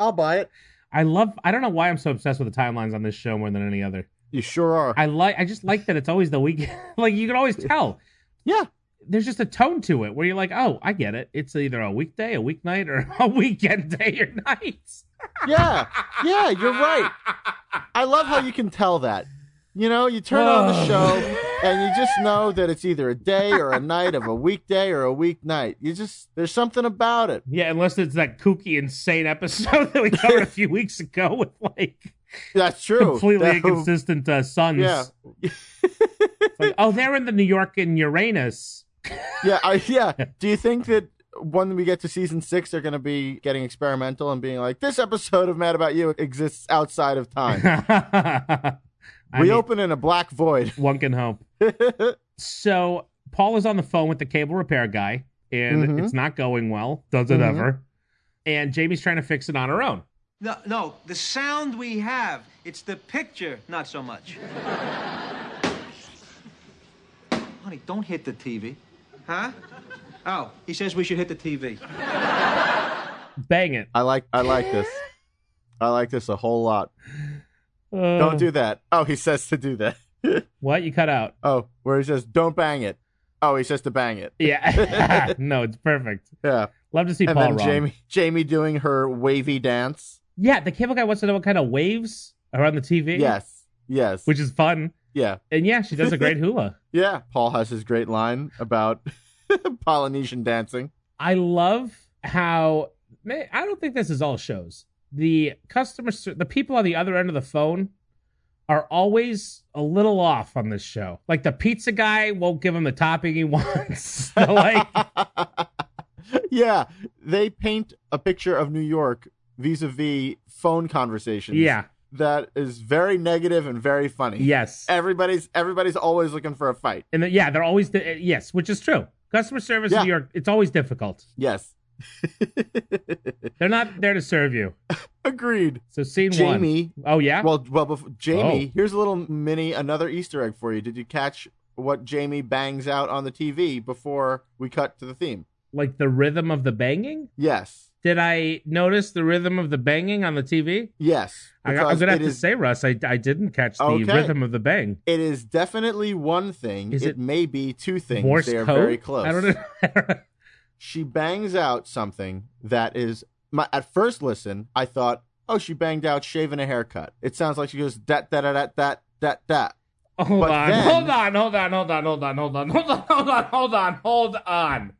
I'll buy it.
I love. I don't know why I'm so obsessed with the timelines on this show more than any other.
You sure are.
I like. I just like that it's always the weekend. like you can always tell.
Yeah.
There's just a tone to it where you're like, oh, I get it. It's either a weekday, a weeknight, or a weekend day or night.
yeah, yeah, you're right. I love how you can tell that. You know, you turn on the
Oh.
show and you just know that it's either a day or a night of a weekday or a weeknight. You just there's something about it.
Yeah, unless it's that kooky, insane episode that we covered a few weeks ago with like
That's true.
completely
That-
inconsistent uh, sons.
Yeah.
It's like, oh, they're in the New York and Uranus.
Yeah, I, yeah. Do you think that when we get to season six, they're going to be getting experimental and being like, "This episode of Mad About You exists outside of time.
I
we
mean,
open in a black void."
one can hope. So Paul is on the phone with the cable repair guy, and
Mhm.
it's not going well. Does it
Mhm.
ever? And Jamie's trying to fix it on her own.
No, no, the sound we have, it's the picture, not so much. Honey, don't hit the TV. Huh? Oh, he says we should hit the TV.
Bang it!
I like, I like this. I like this a whole lot. Don't do that. Oh, he says to do that.
what you cut out.
Oh, where he says, "Don't bang it." Oh, he says to bang it.
Yeah, no, it's perfect.
Yeah,
Love to see
and
Paul
then
wrong.
Jamie, Jamie doing her wavy dance.
Yeah, the cable guy wants to know what kind of waves are on the TV.
Yes, yes,
which is fun.
yeah,
And yeah, she does a great hula.
yeah. Paul has his great line about Polynesian dancing.
I love how man, I don't think this is all shows. The customers, the people on the other end of the phone, are always a little off on this show. Like the pizza guy won't give him the topping he wants. The, like
yeah, they paint a picture of New York vis-a-vis phone conversations.
yeah,
that is very negative and very funny.
yes,
everybody's everybody's always looking for a fight.
and then, yeah, they're always di- yes, which is true. Customer service
Yeah.
in New York, it's always difficult.
Yes,
They're not there to serve you.
agreed.
So scene
Jamie
one. Oh yeah,
Well, well, before, Jamie,
Oh.
here's a little mini another Easter egg for you. Did you catch what Jamie bangs out on the TV before we cut to the theme?
like the rhythm of the banging.
Yes,
Did I notice the rhythm of the banging on the TV?
yes.
I, I'm
because
gonna have
it
to
is-
say, Russ, I, I didn't catch the
Okay.
rhythm of the bang.
it is definitely one thing.
Is
it,
it
may be two things.
Morse
they are
code.
very close.
I don't know.
she bangs out something that is my at first listen, I thought, oh, she banged out shaving a haircut. It sounds like she goes dat da da da that that that.
Hold
But
on,
then-
hold on, hold on, hold on, hold on, hold on, hold on, hold on, hold on, hold on.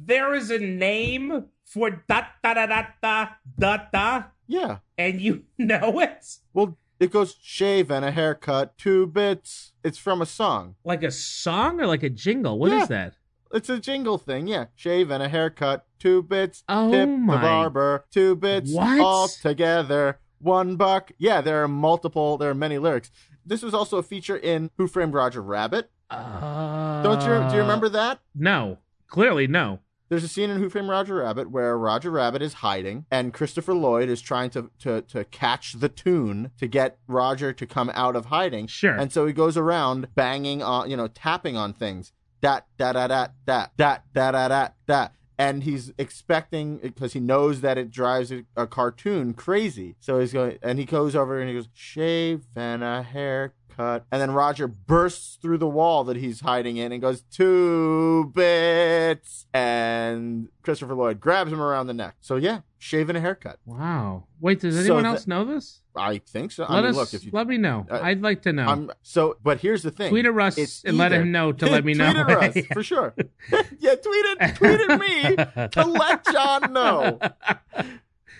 There is a name for da da da da da da da,
Yeah.
and you know it
Well, it goes shave and a haircut, two bits. It's from a song.
like a song or like a jingle. What is
Yeah.
that?
It's a jingle thing, yeah. Shave and a haircut, two bits.
Oh
tip
my-
the barber, two bits.
What?
All together, one buck. Yeah, there are multiple. There are many lyrics. This was also a feature in Who Framed Roger Rabbit.
Uh,
Don't you do you remember that?
No, clearly no.
There's a scene in Who Framed Roger Rabbit where Roger Rabbit is hiding and Christopher Lloyd is trying to, to, to catch the tune to get Roger to come out of hiding.
Sure.
And so he goes around banging on, you know, tapping on things. Dat, da, da, da, da, da, da, da, da, da. And he's expecting, because he knows that it drives a, a cartoon crazy. So he's going, and he goes over and he goes, shave and a haircut. And then Roger bursts through the wall that he's hiding in and goes, two bits. And Christopher Lloyd grabs him around the neck. So yeah, shave and a haircut.
Wow. Wait, does
So
anyone
the-
else know this?
I think so. I
Let
mean,
us.
look, if you,
let me know.
Uh,
I'd like to know.
I'm so, but here's the thing.
Tweet at Russ
It's
and let
either-
him know to let me know.
tweet at Russ, for sure. yeah, tweet it, tweet at me to let John know.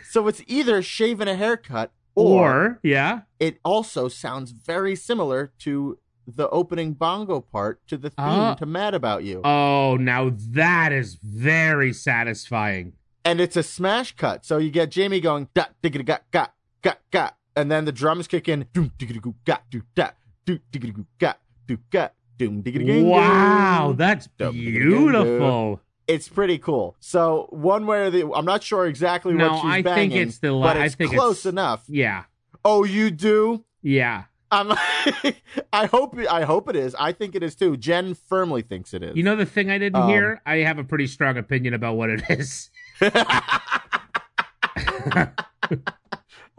So it's either shaving a haircut or,
or yeah.
it also sounds very similar to the opening bongo part to the theme
Ah.
to Mad About You.
Oh, now that is very satisfying.
and it's a smash cut. So you get Jamie going da diggity got got got got, and then the drums kick in doom diggity goo got do da do diggity goo got do got doom diggity gang,
Wow,
gang.
that's beautiful.
it's pretty cool. So one way or the I'm not sure exactly
No,
what she's
I think
banging,
it's the la-
but
I
it's
think
close
it's-
enough.
Yeah,
Oh, you do.
yeah.
I'm. I hope. I hope it is. I think it is too. Jen firmly thinks it is.
You know the thing I didn't
Um,
hear? I have a pretty strong opinion about what it is.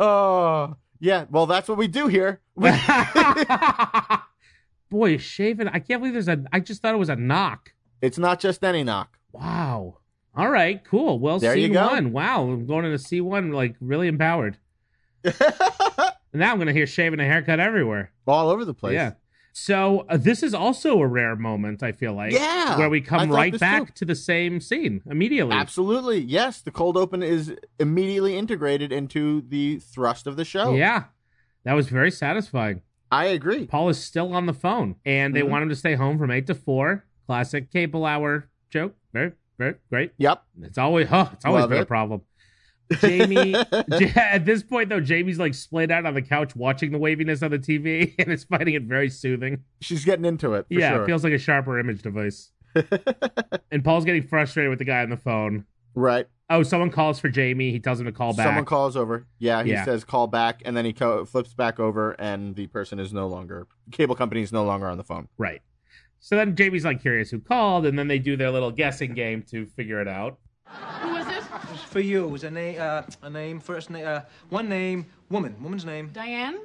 Oh, yeah. Well, that's what we do here. We-
Boy, shaving. I can't believe there's a. I just thought it was a knock.
it's not just any knock.
Wow. All right, cool. Well,
There you go.
C1. Wow, I'm going into C1 like really empowered. And now I'm going to hear shaving a haircut everywhere.
all over the place.
Yeah. So uh, this is also a rare moment, I feel like.
Yeah.
Where we
I
come
thought
right
this
back
too.
to the same scene immediately.
Absolutely. Yes. The cold open is immediately integrated into the thrust of the show.
Yeah. That was very satisfying.
I agree.
Paul is still on the phone and they
Mhm.
want him to stay home from 8 to 4. Classic cable hour joke. Very, very great.
Yep.
It's always oh, it's always
Love
been a
it.
problem. Jamie Ja- at this point though, Jamie's like splayed out on the couch watching the waviness on the TV and is finding it very soothing.
She's getting into it. For
yeah,
sure.
it feels like a sharper image device. and Paul's getting frustrated with the guy on the phone.
right.
Oh, someone calls for Jamie. He tells him to call back.
Someone calls over. Yeah. He
Yeah.
says call back, and then he co- flips back over, and the person is no longer cable company is no longer on the phone.
right. So then Jamie's like curious who called, and then they do their little guessing game to figure it out.
Who is it?
It's for you. It was a name, uh, a name, first name, uh, one name, woman, woman's name.
Diane?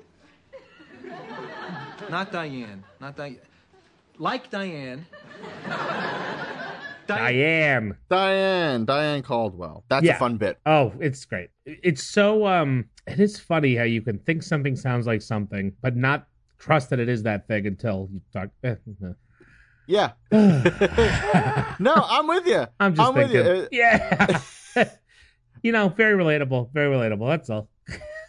Not Diane. Not Diane. Like Diane. Diane.
Diane.
Diane. Diane Caldwell. That's
Yeah.
a fun bit.
Oh, it's great. It's so um it is funny how you can think something sounds like something, but not trust that it is that thing until you talk. eh, eh.
Yeah. no, I'm with you.
I'm just
with
thinking.
you. Uh,
Yeah. you know, very relatable. Very relatable. That's all.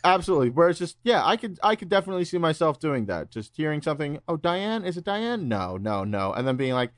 Absolutely. Where it's just yeah, I could I could definitely see myself doing that. Just hearing something, oh Diane, is it Diane? No, no, no. And then being like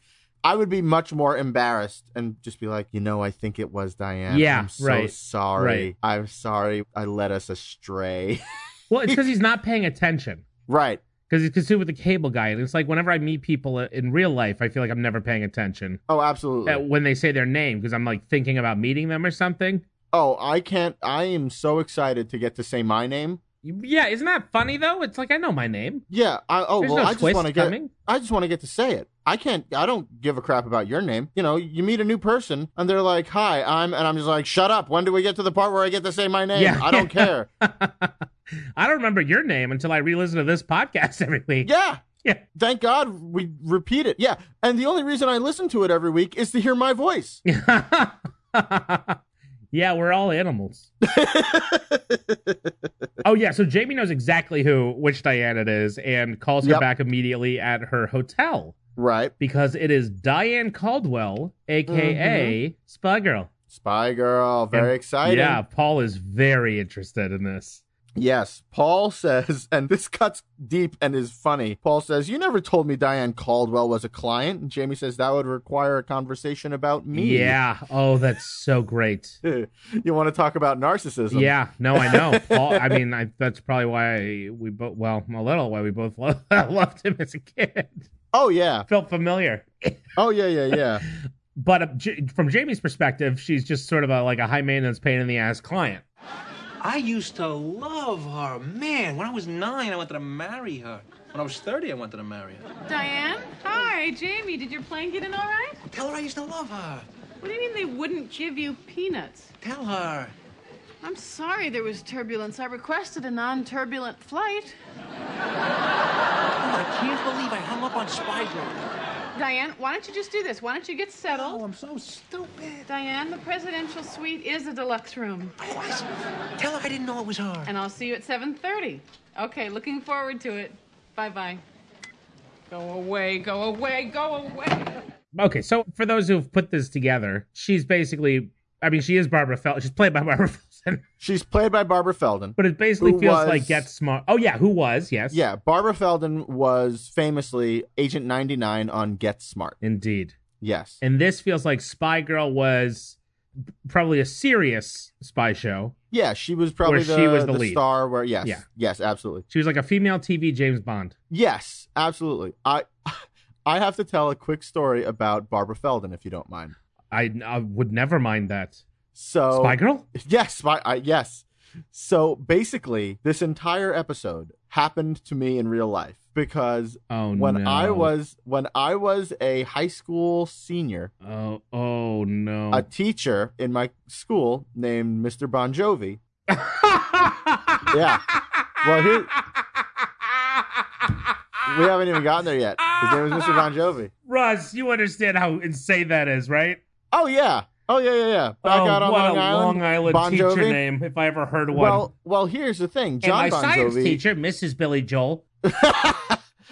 I would be much more embarrassed and just be like, you know, I think it was Diane.
Yeah,
I'm so
right,
sorry.
right.
I'm sorry I led us astray.
Well, it's because he's not paying attention.
right.
because he's consumed with the cable guy. And it's like whenever I meet people uh, in real life, I feel like I'm never paying attention
Oh, absolutely.
at when they say their name because I'm like thinking about meeting them or something.
oh, I can't I am so excited to get to say my name.
Yeah, isn't that funny though? It's like I know my name.
Yeah. I, oh
There's
well
no
I just
twist
want to get
coming.
I just want to get to say it. I can't. I don't give a crap about your name. You know, you meet a new person and they're like, "Hi, I'm," and I'm just like, "Shut up." When do we get to the part where I get to say my name?
Yeah.
I don't care.
I don't remember your name until I re-listen to this podcast every week.
yeah,
Yeah.
Thank God we repeat it. Yeah. And the only reason I listen to it every week is to hear my voice.
yeah, we're all animals. oh yeah, so Jamie knows exactly who which Diane it is and calls her
Yep.
back immediately at her hotel
Right.
because it is Diane Caldwell,
Mm-hmm.
aka Spy Girl.
Spy Girl. Very
And-
exciting.
Yeah, Paul is very interested in this.
Yes. Paul says, and this cuts deep and is funny. Paul says, You never told me Diane Caldwell was a client. And Jamie says, That would require a conversation about me.
Yeah. Oh, that's so great.
you want to talk about narcissism?
Yeah, no, I know. Paul, I mean, I, that's probably why we both, well, a little why we both lo- loved him as a kid.
Oh, yeah.
Felt familiar.
Oh, yeah, yeah, yeah.
But uh, J- from Jamie's perspective, she's just sort of a, like a high maintenance pain in the ass client.
I used to love her. Man, when I was nine, I wanted to marry her. When I was 30, I wanted to marry her.
Diane? Hi, Jamie. Did your plane get in all right?
Tell her I used to love her.
What do you mean they wouldn't give you peanuts?
Tell her.
I'm sorry there was turbulence. I requested a non turbulent flight.
Oh, I can't believe I hung up on Spy Girl.
Diane, why don't you just do this? Why don't you get
Oh,
settled?
I'm so stupid.
Diane, the presidential suite is a deluxe room,
Oh, I s- Tell her I didn't know it was her.
and I'll see you at 7:30. Okay, looking forward to it. Bye-bye. Go away, go away, go away.
Okay, so for those who've put this together, she's basically, I mean, she is Barbara Felton. She's played by Barbara Felton,
She's played by Barbara Feldon.
but it basically
Who
feels
was-
like Get Smart. Oh, yeah, who was, yes.
Yeah, Barbara Feldon was famously Agent 99 on Get Smart.
Indeed.
Yes.
And this feels like Spy Girl was probably a serious spy show.
Yeah, she was probably
Where
the,
she was the
the
lead.
star where yes.
Yeah.
Yes, absolutely.
She was like a female TV James Bond.
Yes, absolutely. I I have to tell a quick story about Barbara Feldon if you don't mind.
I, I would never mind that.
So
Spy Girl?
Yes, spy I, yes. So basically, this entire episode happened to me in real life because
Oh
when
no.
I was when I was a high school senior,
Oh, oh no.
a teacher in my school named Mr. Bon Jovi. yeah. Well, here we haven't even gotten there yet. His name was Mr. Bon Jovi.
Russ, you understand how insane that is, right?
Oh yeah. Oh yeah, yeah, yeah. Back
oh,
out on
what
Long
a
Island.
Long Island
bon
teacher
Jovi.
name, if I ever heard one.
Well, well, here's the thing, John
and my
Bon
science
Jovi.
teacher, Mrs. Billy Joel.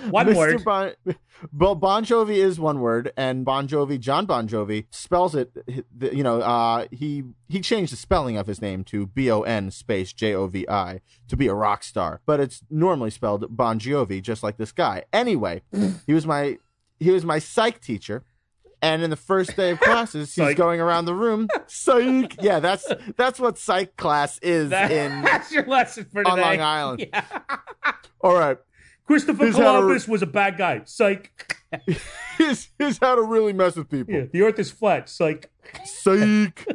one
Mr.
word.
Bon, well, Bon Jovi is one word, and Bon Jovi, John Bon Jovi, spells it. You know, uh, he he changed the spelling of his name to B O N space J O V I to be a rock star, but it's normally spelled Bon Jovi, just like this guy. Anyway, he was my he was my psych teacher. And in the first day of classes, he's
Psych.
going around the room. Psych. Yeah, that's that's what psych class is
That-
in
that's your lesson for today.
on Long Island.
Yeah.
All right.
Christopher
He's had a-
Columbus was a bad guy. Psych.
Here's, here's how to really mess with people.
Yeah, the earth is flat. Psych.
Psych.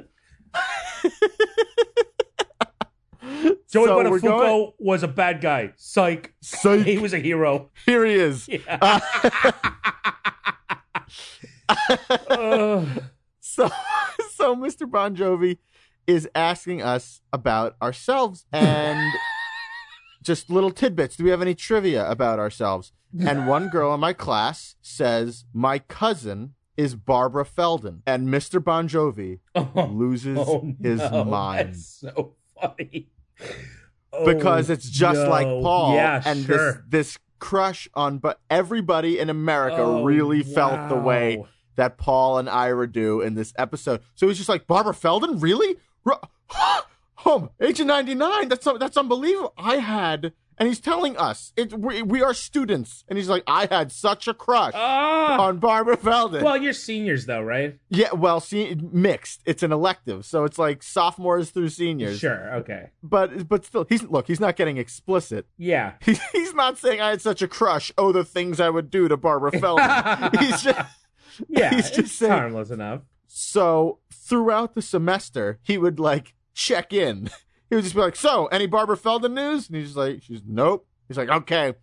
Joey
So we're
Buttafuoco
going-
was a bad guy. Psych.
Psych.
He was a hero.
Here he is.
Ugh.
So, so Mr. Bon Jovi is asking us about ourselves and just little tidbits. Do we have any trivia about ourselves? And one girl in my class says, "My cousin is Barbara Feldon," and Mr. Bon Jovi loses
Oh,
his
no,
mind.
That's so funny. Oh,
because it's just like
no.
Paul
Yeah,
and
sure.
this this crush on but everybody in America
Oh,
really felt the way
wow.
that Paul and Ira do in this episode. So he's just like Barbara Feldon, really? Ru- Oh, Agent 99, that's that's unbelievable. I had and he's telling us it we, we are students and he's like I had such a crush
Ah.
on Barbara Feldon.
well, you're seniors though, right?
yeah, well, see mixed. It's an elective. So it's like sophomores through seniors.
Sure. Okay.
But but still he's look, he's not getting explicit.
Yeah.
He- He's not saying I had such a crush. Oh, the things I would do to Barbara Feldman. He's just,
Yeah.
He's just
it's
saying-
harmless enough.
so throughout the semester, he would like check in. He would just be like, "So, any Barbara Feldon news?" And he's just like, "She's nope." He's like, "Okay,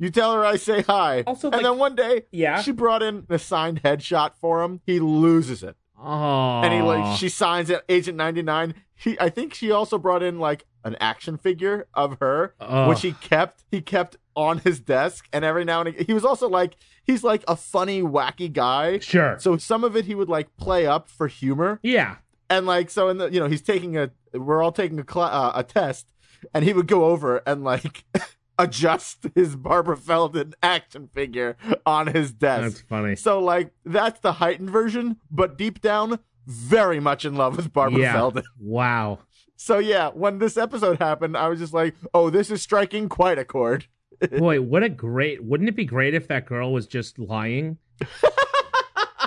you tell her I say hi."
Also,
and
like-
then one day,
Yeah.
she brought in an assigned headshot for him. He loses it.
Oh,
and he like she signs it agent 99 he i think she also brought in like an action figure of her
Ugh.
which he kept he kept on his desk and every now and again he was also like he's like a funny wacky guy
sure.
so some of it he would like play up for humor
yeah,
and like so in the you know he's taking a we're all taking a cla uh, a test and he would go over and like adjust his barbara feldon action figure on his desk
that's funny.
so like that's the heightened version, but deep down, very much in love with Barbara
yeah.
Feldon.
Wow.
So yeah, when this episode happened, I was just like, oh, this is striking quite a chord.
Boy, what a great! Wouldn't it be great if that girl was just lying,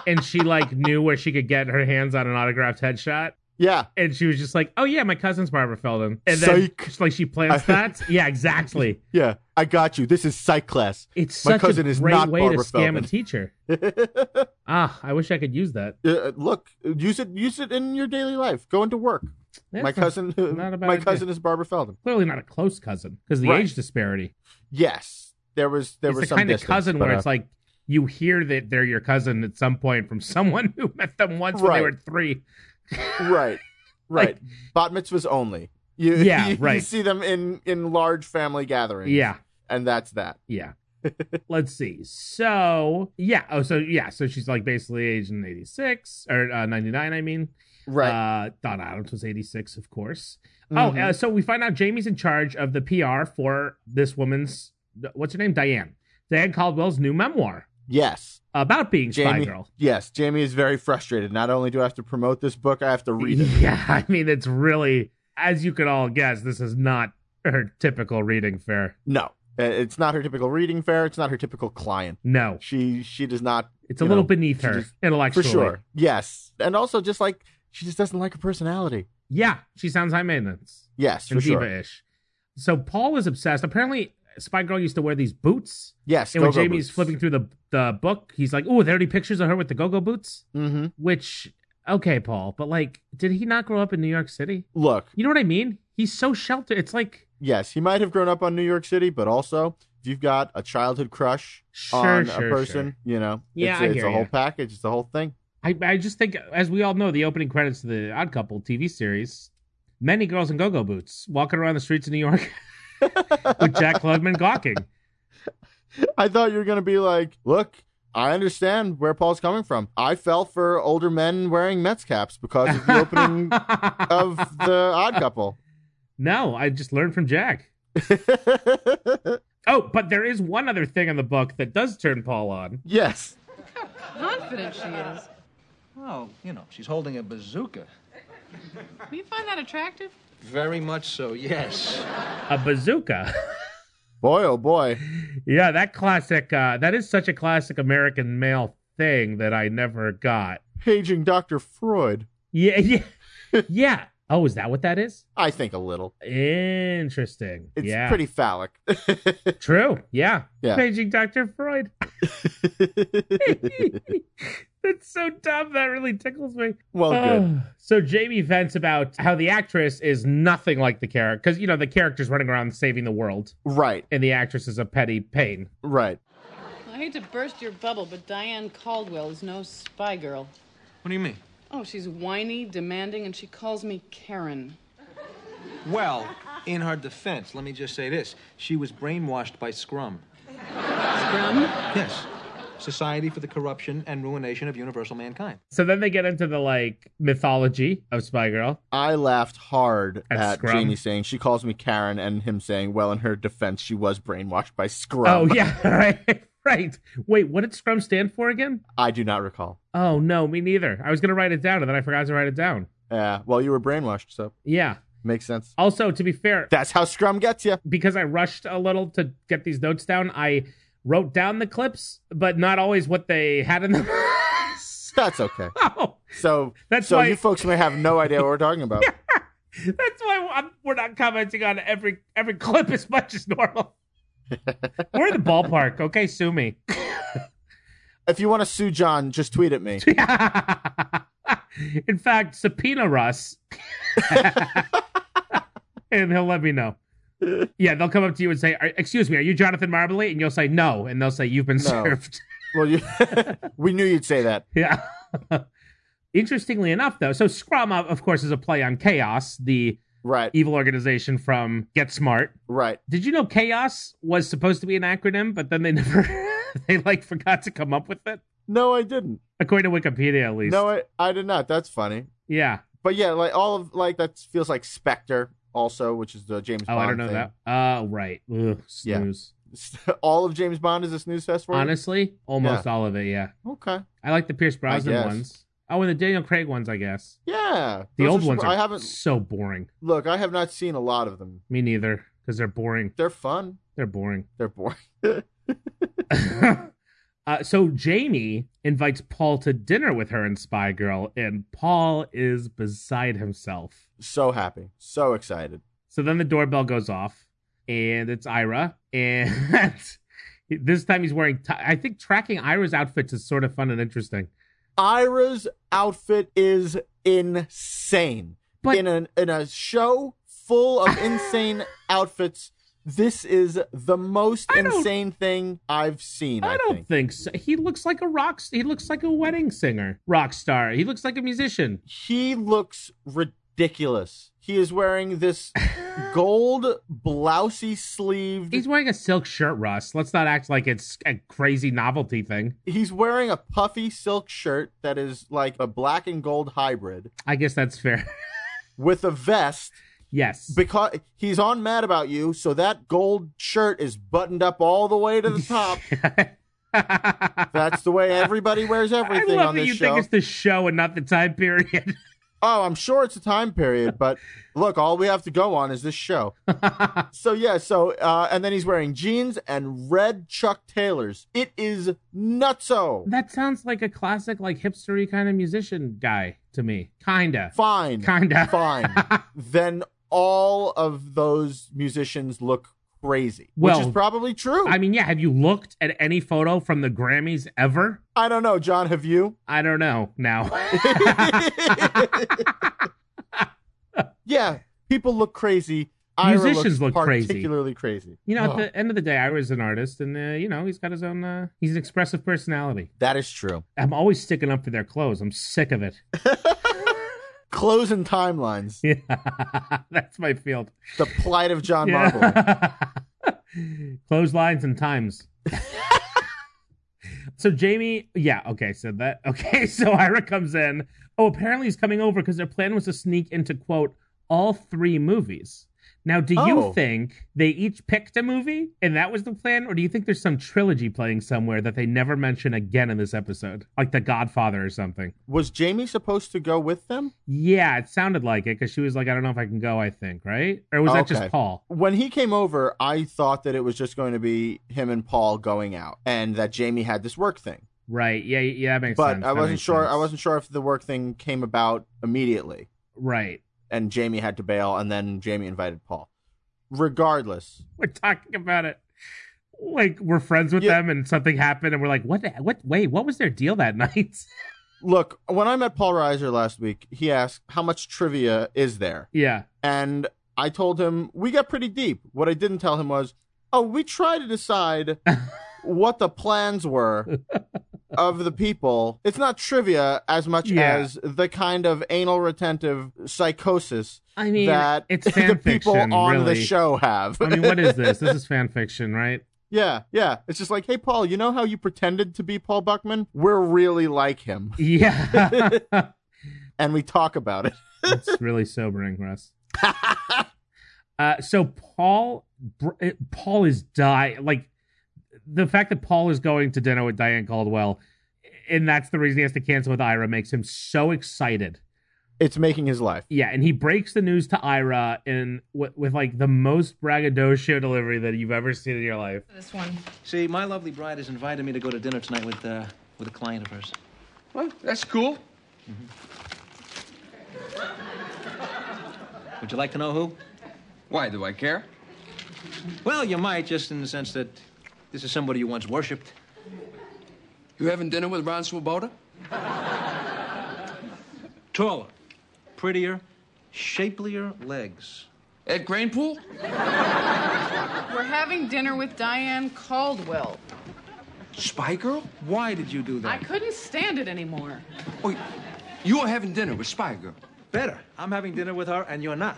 and she like knew where she could get her hands on an autographed headshot,
Yeah.
and she was just like, "Oh yeah, my cousin's Barbara Feldon," and then
Psych.
just, like she plants that. Yeah, exactly.
Yeah. I got you. This is psych class.
It's
My
such
cousin
a
is
great
not
way
Barbara
to scam
Feldon.
a teacher. ah, I wish I could use that.
Uh, look, use it use it in your daily life. Go into work.
That's
my
not-
cousin
not a bad
my
idea.
cousin is Barbara Feldon.
clearly not a close cousin because the
Right.
age disparity.
Yes. There was there
it's
was
the
some
kind
distance,
of cousin
but,
where
uh,
it's like you hear that they're your cousin at some point from someone who met them once when
Right.
they were three.
right right bat mitzvahs only you,
Yeah,
you, you
right.
see them in in large family gatherings
Yeah, Uh,
and that's that
yeah. Let's see. So yeah. Oh, so yeah. So she's like basically aged in eighty six or uh, ninety nine. I mean,
right
Uh, Don Adams was eighty six, of course.
Mhm.
Oh, uh, so we find out Jamie's in charge of the PR for this woman's what's her name, Diane. Diane Caldwell's new memoir
yes
about being
Jamie,
spy girl.
Yes, Jamie is very frustrated. Not only do I have to promote this book, I have to read it.
Yeah, I mean, it's really, as you can all guess, this is not her typical reading fare.
No, uh, it's not her typical reading fare. It's not her typical client.
No,
She she does not
it's a
You
little
know,
beneath
she
her
just- for
intellectually.
sure. Yes, and also just like she just doesn't like her personality.
Yeah, she sounds high maintenance
Yes, for
and
sure.
diva-ish. So Paul is obsessed. Apparently, Spy Girl used to wear these boots.
Yes,
And when Jamie's flipping through the the book, he's like, "Oh, there are any pictures of her with the go-go boots."
hmm
Which, okay, Paul, but like, did he not grow up in New York City?
Look,
You know what I mean? He's so sheltered. It's like,
yes, he might have grown up on New York City, but also if you've got a childhood crush
sure,
on
sure,
a person,
sure.
you know,
Yeah,
it's,
I
it's
hear
a whole
ya.
package. It's the whole thing.
I, I just think, as we all know, the opening credits to the Odd Couple TV series, many girls in go-go boots walking around the streets of New York with Jack Klugman gawking.
I thought you were gonna be like, look, I understand where Paul's coming from. I fell for older men wearing Mets caps because of the opening of the Odd Couple.
no, I just learned from Jack. Oh, but there is one other thing in the book that does turn Paul on.
yes,
Confident she is.
Well, you know, she's holding a bazooka.
Do you find that attractive?
Very much so, yes.
A bazooka.
boy, oh boy.
yeah, that classic. Uh, that is such a classic American male thing that I never got.
Paging Doctor Freud.
Yeah, yeah, yeah. Oh, is that what that is?
I think a little.
Interesting.
It's
yeah.
pretty phallic.
True. Yeah.
Yeah.
Paging Dr. Freud. That's so dumb. That really tickles me.
well, good.
Ugh. so Jamie vents about how the actress is nothing like the character because you know the character's running around saving the world,
Right,
and the actress is a petty pain.
right.
I hate to burst your bubble, but Diane Caldwell is no spy girl.
What do you mean?
Oh, she's whiny, demanding, and she calls me Karen.
Well, in her defense, let me just say this. She was brainwashed by Scrum.
Scrum?
Yes. Society for the Corruption and Ruination of Universal Mankind.
So then they get into the like mythology of Spy Girl.
I laughed hard
At
at
Scrum.
Jamie saying she calls me Karen, and him saying, "Well, in her defense, she was brainwashed by
Oh
Scrum."
yeah, right, right. Wait, what did Scrum stand for again?
I do not recall.
Oh no, me neither. I was gonna write it down and then I forgot to write it down.
Yeah, well, you were brainwashed, so
Yeah.
makes sense.
Also, to be fair,
That's how Scrum gets you.
because I rushed a little to get these notes down, I wrote down the clips, but not always what they had in them.
That's okay.
so
So
That's
so
why-
you folks may have no idea what we're talking about.
that's why I'm, we're not commenting on every every clip as much as normal. we're in the ballpark, okay? Sue me.
If you want to sue John, just tweet at me.
in fact, subpoena Russ, and he'll let me know. Yeah, they'll come up to you and say, "Are- "Excuse me, are you Jonathan Marbley?" And you'll say, "No," and they'll say, "You've been
No.
served."
Well, you, we knew you'd say that.
Yeah. Interestingly enough, though, so Scrum, of of course, is a play on Chaos, the
Right,
evil organization from Get Smart.
right.
Did you know Chaos was supposed to be an acronym, but then they never, they like forgot to come up with it?
No, I didn't.
According to Wikipedia, at least.
No, I, I did not. That's funny.
yeah.
But yeah, like all of like that feels like Spectre also, which is the James
Oh,
Bond.
I don't know
thing.
that. Uh, right. Ugh, snooze.
that. all of James Bond is a snooze fest for you?
Honestly, almost all of it. Yeah.
Okay.
I like the Pierce Brosnan
guess.
ones. Oh, and the Daniel Craig ones, I guess.
Yeah.
The
Those
old
are
ones
surpri-
are
I haven't
so boring.
look. I have not seen a lot of them.
Me neither, because they're boring.
They're fun.
They're boring.
They're boring.
uh, so Jamie invites Paul to dinner with her and Spy Girl, and Paul is beside himself.
So happy. So excited.
So then the doorbell goes off, and it's Ira. And this time he's wearing, ti- I think tracking Ira's outfits is sort of fun and interesting.
Ira's outfit is insane.
But-
in an in a show full of insane outfits, this is the most
I don't-
insane thing I've seen. I,
I don't
think.
think so. He looks like a rock. s- He looks like a wedding singer, rock star. He looks like a musician.
He looks ridiculous. He is wearing this gold blousey sleeved.
He's wearing a silk shirt, Russ. Let's not act like it's a crazy novelty thing.
he's wearing a puffy silk shirt that is like a black and gold hybrid
I guess that's fair.
with a vest
yes.
because he's on mad about you so that gold shirt is buttoned up all the way to the top that's the way everybody wears
I
everything
love
on
that
this
you
show
think it's the show and not the time period.
oh i'm sure it's a time period but look all we have to go on is this show so yeah so uh, and then he's wearing jeans and red chuck taylors it is nutso
that sounds like a classic, like hipstery kind of musician guy to me. Kinda.
fine
Kinda.
fine then all of those musicians look crazy, which
Well,
is probably true.
I
I,
mean, yeah. Have you looked at any photo from the Grammys ever?
don't know, John. Have you?
I don't know now.
yeah, people look crazy. Ira
Musicians
looks
look crazy.
particularly crazy.
You know,
Oh,
at the end of the day, Ira's an artist, and uh, you know he's got his own. Uh, he's an expressive personality.
that is true.
I'm always sticking up for their clothes. I'm sick of it.
Closing timelines.
Yeah, that's my field.
The plight of John Marvel.
Yeah. Clotheslines and times. so Jamie, yeah, okay, so that okay, so Ira comes in. Oh, apparently he's coming over because their plan was to sneak into quote all three movies. Now, do you
Oh.
think they each picked a movie and that was the plan, or do you think there's some trilogy playing somewhere that they never mention again in this episode, like The Godfather or something?
Was Jamie supposed to go with them?
Yeah, it sounded like it because she was like, "I don't know if I can go." I think, right? Or was that
Okay.
just Paul?
When he came over, I thought that it was just going to be him and Paul going out and that Jamie had this work thing.
Right. Yeah. Yeah. That makes
but
sense.
I
That
wasn't
makes
sure. I
sense.
wasn't sure if the work thing came about immediately,
Right.
and Jamie had to bail, and then Jamie invited Paul. Regardless,
We're talking about it. Like we're friends with
Yeah.
them, and something happened, and we're like, "What? The, what? Wait, what was their deal that night?"
look, when I met Paul Reiser last week, he asked how much trivia is there,
yeah.
and I told him we got pretty deep. What I didn't tell him was, oh, we try to decide what the plans were. Of the people, it's not trivia as much
Yeah.
as the kind of anal retentive psychosis
I mean,
that
it's
the
fan
people
fiction,
on
really.
the show have.
I mean, what is this? This is fan fiction, right?
Yeah, yeah. It's just like, hey, Paul, you know how you pretended to be Paul Buckman? We're really like him,
Yeah.
and we talk about it.
It's really sobering, Russ. uh, so Paul, br- eh, Paul is die like the fact that Paul is going to dinner with Diane Caldwell, and that's the reason he has to cancel with Ira makes him so excited.
It's making his life.
Yeah, and he breaks the news to Ira in with, with like the most braggadocio delivery that you've ever seen in your life.
This one.
See, my lovely bride has invited me to go to dinner tonight with uh, with a client of hers.
Well, that's cool.
Would you like to know who?
Why do I care?
Well, you might, just in the sense that this is somebody you once worshipped.
You having dinner with Ron Swoboda?
Taller, prettier, shapelier legs.
At Grainpool?
We're having dinner with Diane Caldwell.
Spy Girl?
Why did you do
I
that?
couldn't stand it anymore.
Oh, You're having dinner with Spy Girl.
Better. I'm having dinner with her and you're not.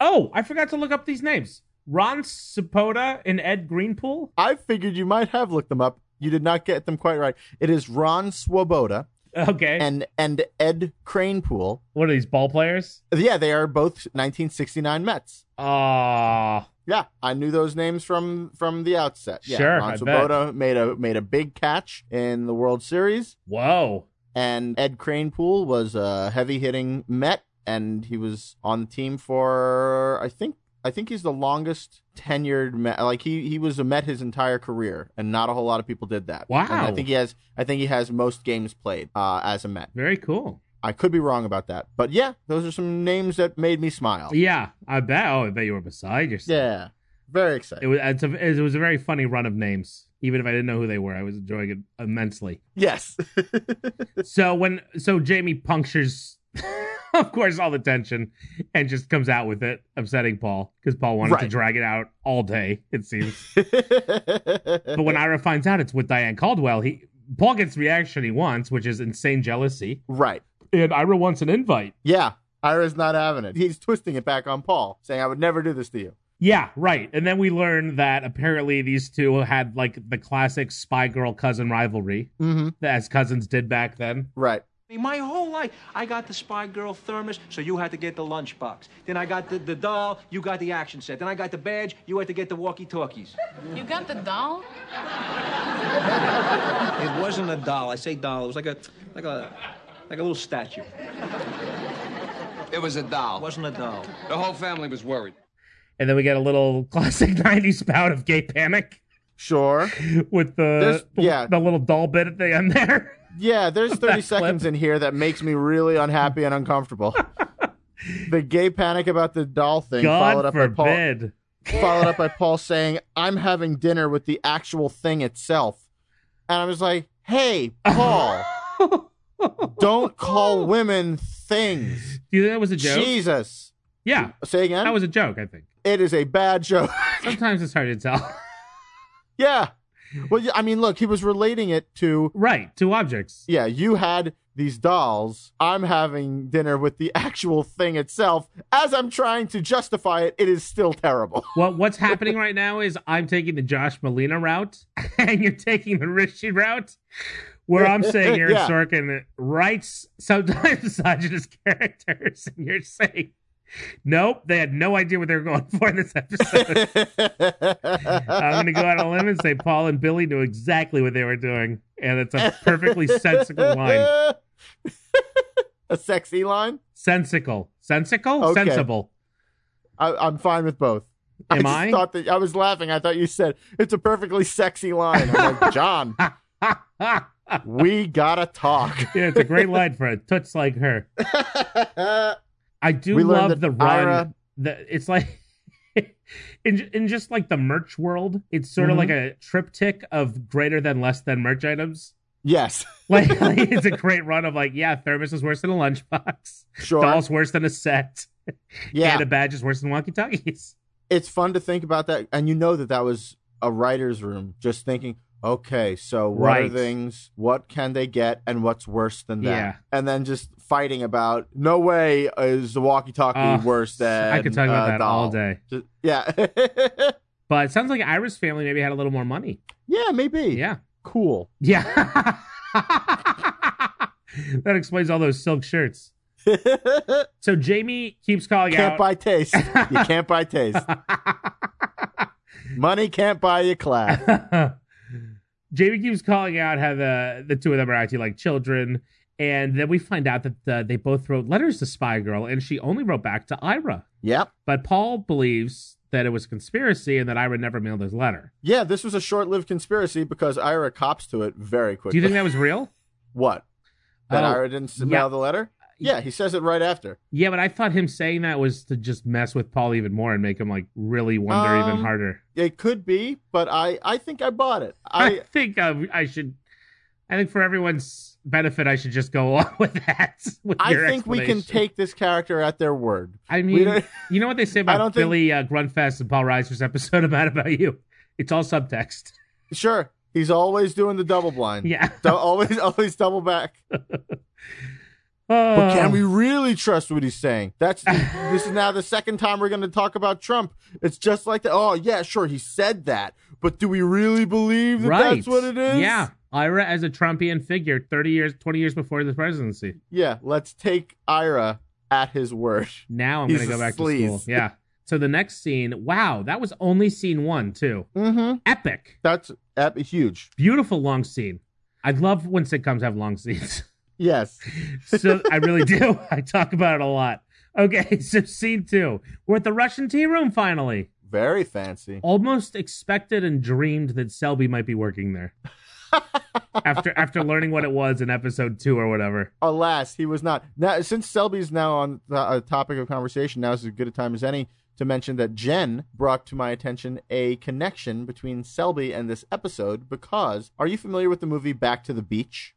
Oh, I forgot to look up these names. Ron Sapota and Ed Greenpool.
I figured you might have looked them up. You did not get them quite right. It is Ron Swoboda
Okay.
and and Ed Cranepool.
what are these ball players?
Yeah, they are both 1969 Mets.
Ah,
Yeah, I knew those names from from the outset. Yeah,
Sure,
Ron
I bet.
Swoboda made a made a big catch in the World Series,
whoa.
and Ed Cranepool was a heavy hitting Met, and he was on the team for I think I think he's the longest tenured Met. Like he he was a Met his entire career, and not a whole lot of people did that.
Wow.
And I think he has I think he has most games played uh, as a Met.
Very cool.
I could be wrong about that, but yeah, those are some names that made me smile.
Yeah, I bet. Oh, I bet you were beside yourself.
Yeah, very
It
exciting.
was, it's a, it was a very funny run of names. Even if I didn't know who they were, I was enjoying it immensely.
yes.
So when so Jamie punctures, of course, all the tension, and just comes out with it, upsetting Paul because Paul wanted to
Right.
drag it out all day. It seems. but when Ira finds out it's with Diane Caldwell, he Paul gets the reaction he wants, which is insane jealousy,
right.
and Ira wants an invite.
Yeah. Ira's not having it. He's twisting it back on Paul, saying, I would never do this to you.
Yeah, right. And then we learn that apparently these two had like the classic spy girl cousin rivalry,
Mm-hmm.
as cousins did back then.
Right.
I mean, My whole life, I got the Spy Girl thermos, so you had to get the lunchbox. Then I got the, the doll, you got the action set. Then I got the badge, you had to get the walkie talkies.
You got the doll?
It wasn't a doll. I say doll. It was like a, like a, like a little statue.
It was a
It
doll.
wasn't a doll.
The whole family was worried.
And then we get a little classic 90s bout of gay panic.
Sure.
with the
There's- yeah.
the little doll bit at the end there.
Yeah, there's 30
clip.
seconds in here that makes me really unhappy and uncomfortable. the gay panic about the doll thing followed
God
up by Paul
forbid.
followed up by Paul saying, I'm having dinner with the actual thing itself. And I was like, Hey, Paul, don't call women things.
Do you think that was a joke?
Jesus.
Yeah,
Say again.
that was a joke. I think
it is a bad joke.
sometimes it's hard to tell.
yeah. Well, yeah, I mean, look, he was relating it to
right, two objects.
yeah, you had these dolls. I'm having dinner with the actual thing itself. As I'm trying to justify it, it is still terrible.
What what's happening right now is I'm taking the Josh Molina route, and you're taking the Rishi route, where I'm saying Aaron
Yeah.
Sorkin writes sometimes misogynist characters, and you're saying. Nope, they had no idea what they were going for in this episode. I'm going to go out on a limb and say Paul and Billy knew exactly what they were doing, and it's a perfectly sensical line.
A sexy line?
Sensical, sensical,
Okay.
sensible.
I, I'm fine with both.
Am
just
I?
thought that I was laughing. I thought you said it's a perfectly sexy line. I'm like, John,
Ha, ha.
we gotta talk.
Ah, yeah, it's a great line for a toots like her. I do
We learned
love
that
the run.
Ira-
the- it's like in in just like the merch world, it's sort
Mm-hmm.
of like a triptych of greater than less than merch items.
yes,
Like, like, it's a great run of like, yeah, thermos is worse than a lunchbox.
sure.
Doll's worse than a set.
yeah,
And a badge is worse than walkie talkies.
it's fun to think about that, and you know that that was a writer's room, just thinking, okay, so what are
Right.
things? What can they get, and what's worse than that?
Yeah.
And then just fighting about, no way is the walkie-talkie
Uh,
worse than
I could talk about
uh,
that
doll.
all day.
Just- yeah,
But it sounds like Ira's family maybe had a little more money.
yeah, maybe.
Yeah.
cool.
Yeah. that explains all those silk shirts. So Jamie keeps calling
Can't
out.
buy taste. You can't buy taste. Money can't buy you class.
Jamie keeps calling out how the the two of them are acting like children, and then we find out that uh, they both wrote letters to Spy Girl, and she only wrote back to Ira.
Yep.
But Paul believes that it was a conspiracy and that Ira never mailed his letter.
Yeah, this was a short-lived conspiracy because Ira cops to it very quickly.
Do you think that was real?
what? That
Oh,
Ira didn't s-
yeah.
mail the letter? Yeah, he says it right after.
Yeah, but I thought him saying that was to just mess with Paul even more and make him like really wonder even
Um,
harder.
It could be, but I I think I bought it.
I,
I
think uh, I should. I think for everyone's benefit, I should just go along with that. With
I
your
think we can
explanation.
take this character at their word.
I
we
mean,
don't-
you know what they say
I
about
don't think-
Billy uh, Grunfest and Paul Reiser's episode about about you. It's all subtext.
Sure, he's always doing the double blind.
Yeah. Uh.
Du- always always double back. But can
Oh,
we really trust what he's saying? That's this is now the second time we're going to talk about Trump. It's just like that. Oh yeah, sure, he said that, but do we really believe that
right.
that's what it is?
Yeah. Ira as a Trumpian figure 30 years, 20 years before the presidency.
yeah. Let's take Ira at his word.
Now I'm
He's
going to
a
go back to school.
sleaze.
Yeah. So the next scene, wow, that was only scene one, too.
Mm-hmm.
Epic.
That's uh, huge.
Beautiful long scene. I love when sitcoms have long scenes.
Yes.
so I really do. I talk about it a lot. Okay, so scene two. We're at the Russian tea room finally.
Very fancy.
Almost expected and dreamed that Selby might be working there. after after learning what it was in episode two or whatever.
Alas, he was not. Now, since Selby's now on the uh, topic of conversation, now is as good a time as any to mention that Jen brought to my attention a connection between Selby and this episode because are you familiar with the movie Back to the Beach?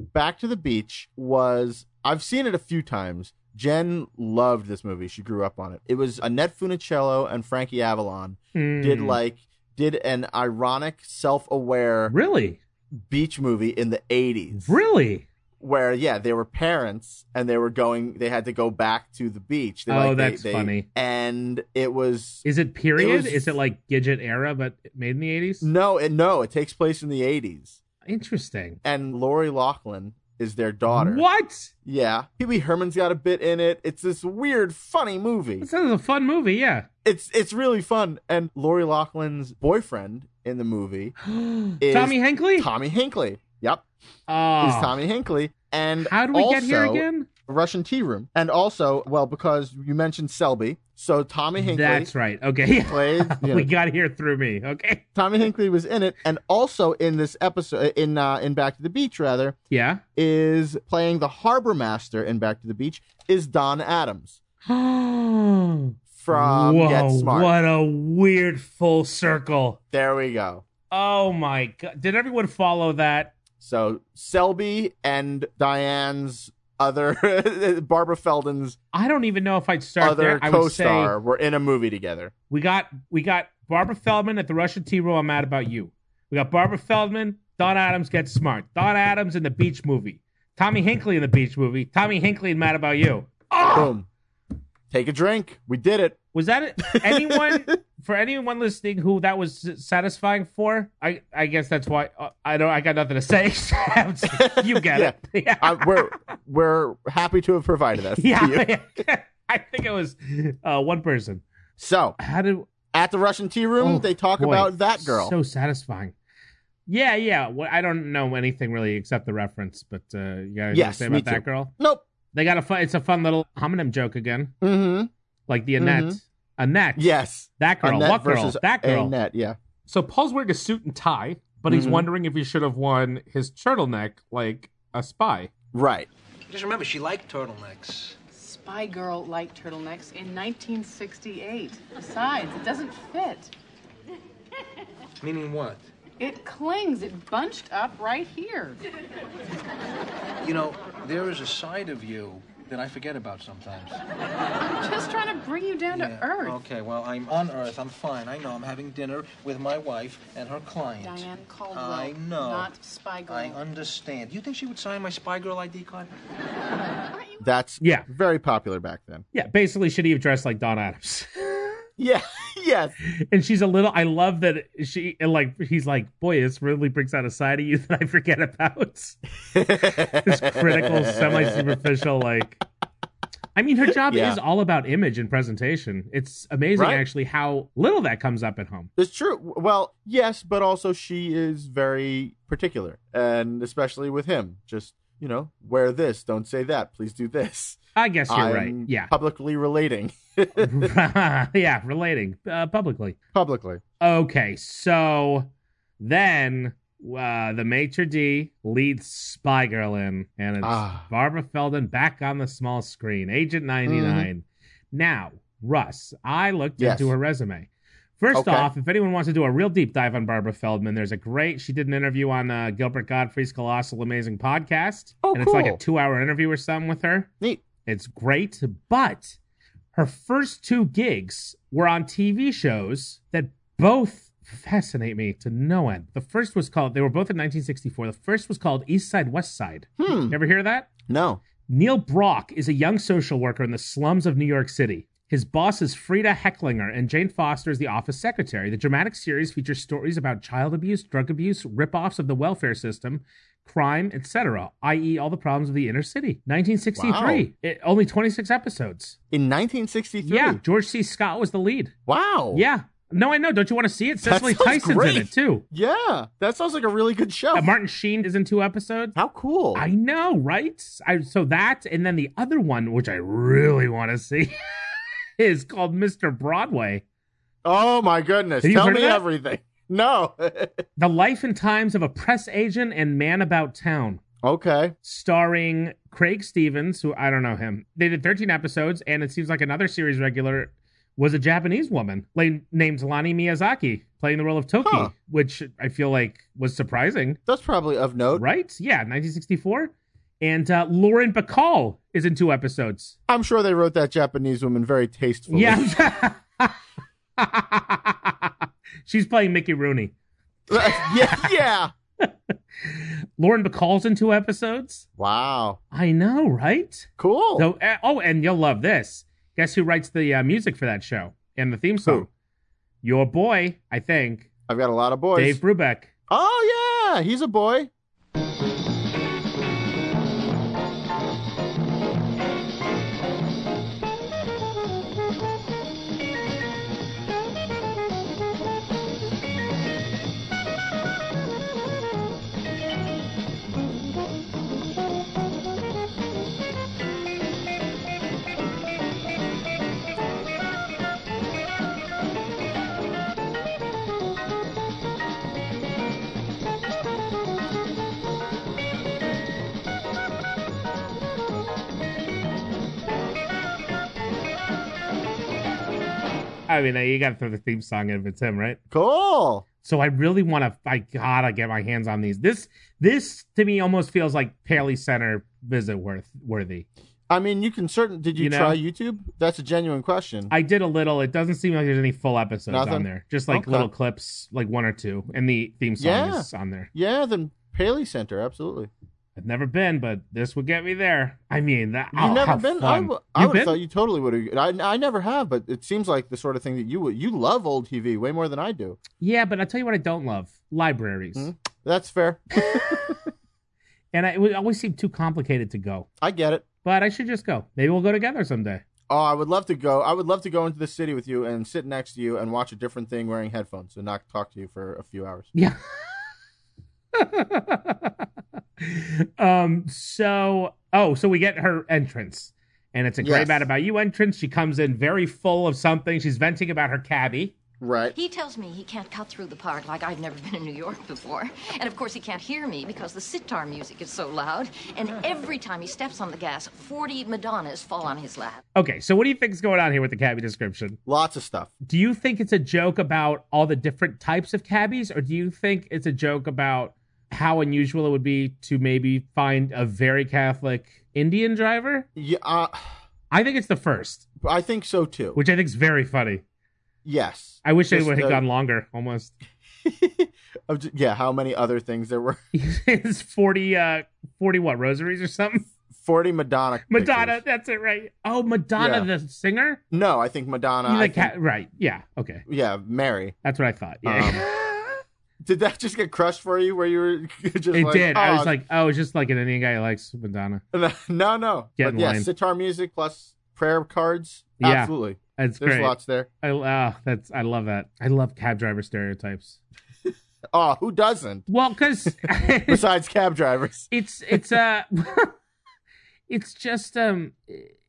Back to the Beach was I've seen it a few times. Jen loved this movie. She grew up on it. It was Annette Funicello and Frankie Avalon did
Hmm.
like did an ironic, self-aware
Really?
beach movie in the 80s
Really?
where yeah they were parents and they were going they had to go back to the beach they,
Oh,
like, they-
that's
they-
funny.
and it was
Is it period?
was-
Is it like Gidget era, but made in the eighties?
no it no it takes place in the 80s
Interesting.
and lori laughlin is their daughter
What?
yeah pee wee herman's got a bit in it it's this weird funny movie
This is a fun movie. Yeah.
it's it's really fun and lori laughlin's boyfriend in the movie is
Tommy Hinckley.
tommy hinkley yep
oh.
is tommy hinkley and
How do we get here
also-
again?
Russian tea room. And also, well, because you mentioned Selby, so Tommy Hinkley
That's right. Okay.
played. you
we
know,
got here through me. Okay.
Tommy Hinkley was in it, and also in this episode, in uh, in Back to the Beach, rather,
Yeah.
is playing the harbor master in Back to the Beach is Don Adams
Whoa!
from Get Smart.
What a weird full circle.
There we go.
Oh my god! Did everyone follow that?
So Selby and Diane's other Barbara Feldon's
I don't even know if I'd start
other
there. I would say
co-star were in a movie together.
We got we got Barbara Feldman at the Russian Tea Room. I'm mad about you. We got Barbara Feldman. Don Adams gets smart. Don Adams in the beach movie. Tommy Hinkley in the beach movie. Tommy Hinkley in Mad About You.
Boom. Take a drink. We did it.
Was that it? anyone for anyone listening who that was satisfying for? I I guess that's why uh, I don't. I got nothing to say except you get it. Yeah.
I, Uh, we're we're happy to have provided that. to you.
yeah, I think it was uh, one person.
So
How did
at the Russian tea room,
Oh,
they talk
boy,
about that girl.
So satisfying. Yeah, yeah. Well, I don't know anything really except the reference, but uh, you guys
Yes,
say
me
about that
too.
girl?
nope.
They got a fun. It's a fun little homonym joke again,
Mm-hmm.
like the Annette. Annette.
Yes.
That girl.
Mm-hmm. Annette
what girl?
versus
That girl.
Annette. Mm-hmm. Yeah.
So Paul's wearing a suit and tie, but he's wondering if he should have worn his turtleneck like a spy.
Right.
Just remember, she liked turtlenecks.
Spy girl liked turtlenecks in 1968. Besides, it doesn't fit.
Meaning what?
It clings. It bunched up right here.
You know, there is a side of you that I forget about sometimes.
Just trying to bring you down to
Yeah.
earth.
Okay, well, I'm on Earth. I'm fine. I know. I'm having dinner with my wife and her client.
Diane Caldwell.
I know.
Not spy girl.
I understand. You think she would sign my spy girl ID card?
Aren't you
That's
Yeah.
very popular back then.
Yeah, basically, should he have dressed like Don Adams?
Yeah. yes.
and she's a little. I love that she and like he's like, boy, this really brings out a side of you that I forget about. this critical, semi-superficial, like. I mean, her job
Yeah.
is all about image and presentation. It's amazing,
Right.
actually, how little that comes up at home.
It's true. Well, yes, but also she is very particular, and especially with him. Just you know, wear this. Don't say that. Please do this.
I guess you're right.
I'm
Yeah,
Publicly relating.
yeah, relating uh, publicly.
Publicly.
Okay, so then uh, the maitre d leads Spy Girl in, and it's
Ah. Mm-hmm.
Barbara Feldon back on the small screen, Agent 99. Now, Russ, I looked
Yes.
into her resume. First
Okay.
off, if anyone wants to do a real deep dive on Barbara Feldman, there's a great. She did an interview on uh, Gilbert Godfrey's Colossal Amazing podcast,
Oh,
and it's like a
cool.
two-hour interview or something with her.
Neat.
It's great, but her first two gigs were on TV shows that both fascinate me to no end. The first was called, they were both in 1964. The first was called East Side, West Side.
Hmm.
You ever hear of that?
No.
Neil Brock is a young social worker in the slums of New York City. His boss is Frida Hecklinger, and Jane Foster is the office secretary. The dramatic series features stories about child abuse, drug abuse, rip-offs of the welfare system, crime, etc., i.e., all the problems of the inner city. 1963. It, only 26 episodes.
In 1963.
Yeah, George C. Scott was the lead.
Wow.
Yeah. No, I know. Don't you want to see it?
That
Cecily
sounds
Tyson's
Oh. great. Oh.
in it too.
Yeah. That sounds like a really good show.
Uh, Martin Sheen is in two episodes.
How cool.
I know, right? I, so that, and then the other one, which I really want to see, is called Mr. Broadway.
oh my goodness.
Have you
Tell
heard of
me
that?
everything. No.
The Life and Times of a Press Agent and Man About Town,
okay.
starring Craig Stevens, who I don't know him. They did 13 episodes, and it seems like another series regular was a Japanese woman la- named Lani Miyazaki, playing the role of Toki,
Huh.
which I feel like was surprising.
That's probably of note.
Right? Yeah, 1964. And uh, Lauren Bacall is in two episodes.
I'm sure they wrote that Japanese woman very tastefully.
Yeah. She's playing Mickey Rooney.
yeah. Yeah.
Lauren Bacall's in two episodes.
Wow.
I know, right?
Cool.
So, uh, oh, and you'll love this. Guess who writes the uh, music for that show and the theme song?
Who?
Your boy, I think,
I've got a lot of boys.
Dave Brubeck.
Oh yeah, he's a boy.
I mean, uh, you got to throw the theme song in if it's him, right?
Cool.
So I really want to. I gotta get my hands on these. This, this to me almost feels like Paley Center visit worth worthy.
I mean, you can certain. Did you,
You know?
try YouTube? That's a genuine question.
I did a little. It doesn't seem like there's any full episodes on
Nothing?
there. Just like
Okay.
little clips, like one or two, and the theme song
Yeah.
is on there.
yeah, then Paley Center, absolutely.
I've never been, but this would get me there. I mean, that
You've
oh,
never
how
been? I,
Fun.
w- I
You've
would
been?
have thought you totally would have. I, I never have, but it seems like the sort of thing that you would. You love old TV way more than I do.
yeah, but I'll tell you what I don't love: libraries,
Hmm? That's fair.
and I, it would always seem too complicated to go.
I get it.
But I should just go. Maybe we'll go together someday.
Oh, I would love to go. I would love to go into the city with you and sit next to you and watch a different thing wearing headphones and not talk to you for a few hours.
Yeah. um. So, oh, so we get her entrance, and it's a great
Yes.
bad about you entrance. She comes in very full of something. She's venting about her cabbie.
Right.
He tells me he can't cut through the park like I've never been in New York before. And of course, he can't hear me because the sitar music is so loud. And every time he steps on the gas, 40 Madonnas fall on his lap.
Okay, so what do you think's going on here with the cabbie description?
Lots of stuff.
Do you think it's a joke about all the different types of cabbies, or do you think it's a joke about how unusual it would be to maybe find a very Catholic Indian driver?
Yeah, uh,
I think it's the first,
I think so too.
which I think is very funny.
yes.
I wish it
Just
would have
the-
gone longer, almost.
Of ju- yeah, how many other things there were?
it's 40, uh, 40 what, rosaries or something?
Forty Madonna. pictures.
Madonna, that's it, right? Oh, Madonna, the singer?
No, I think Madonna.
You
I
like
think-
ca- right, yeah, okay.
yeah, Mary.
That's what I thought. Yeah.
Uh-huh. Did that just get crushed for you? Where you were just
it
like,
did. I
"Oh,
was like, oh, it's just like an Indian guy who likes Madonna.
no, no.
Get
But
in
yeah,
line.
sitar music plus prayer cards.
Yeah.
Absolutely.
That's
There's
great.
lots there.
I uh, that's I love that. I love cab driver stereotypes.
Oh, who doesn't?
Well, because
Besides cab drivers.
it's it's uh it's just um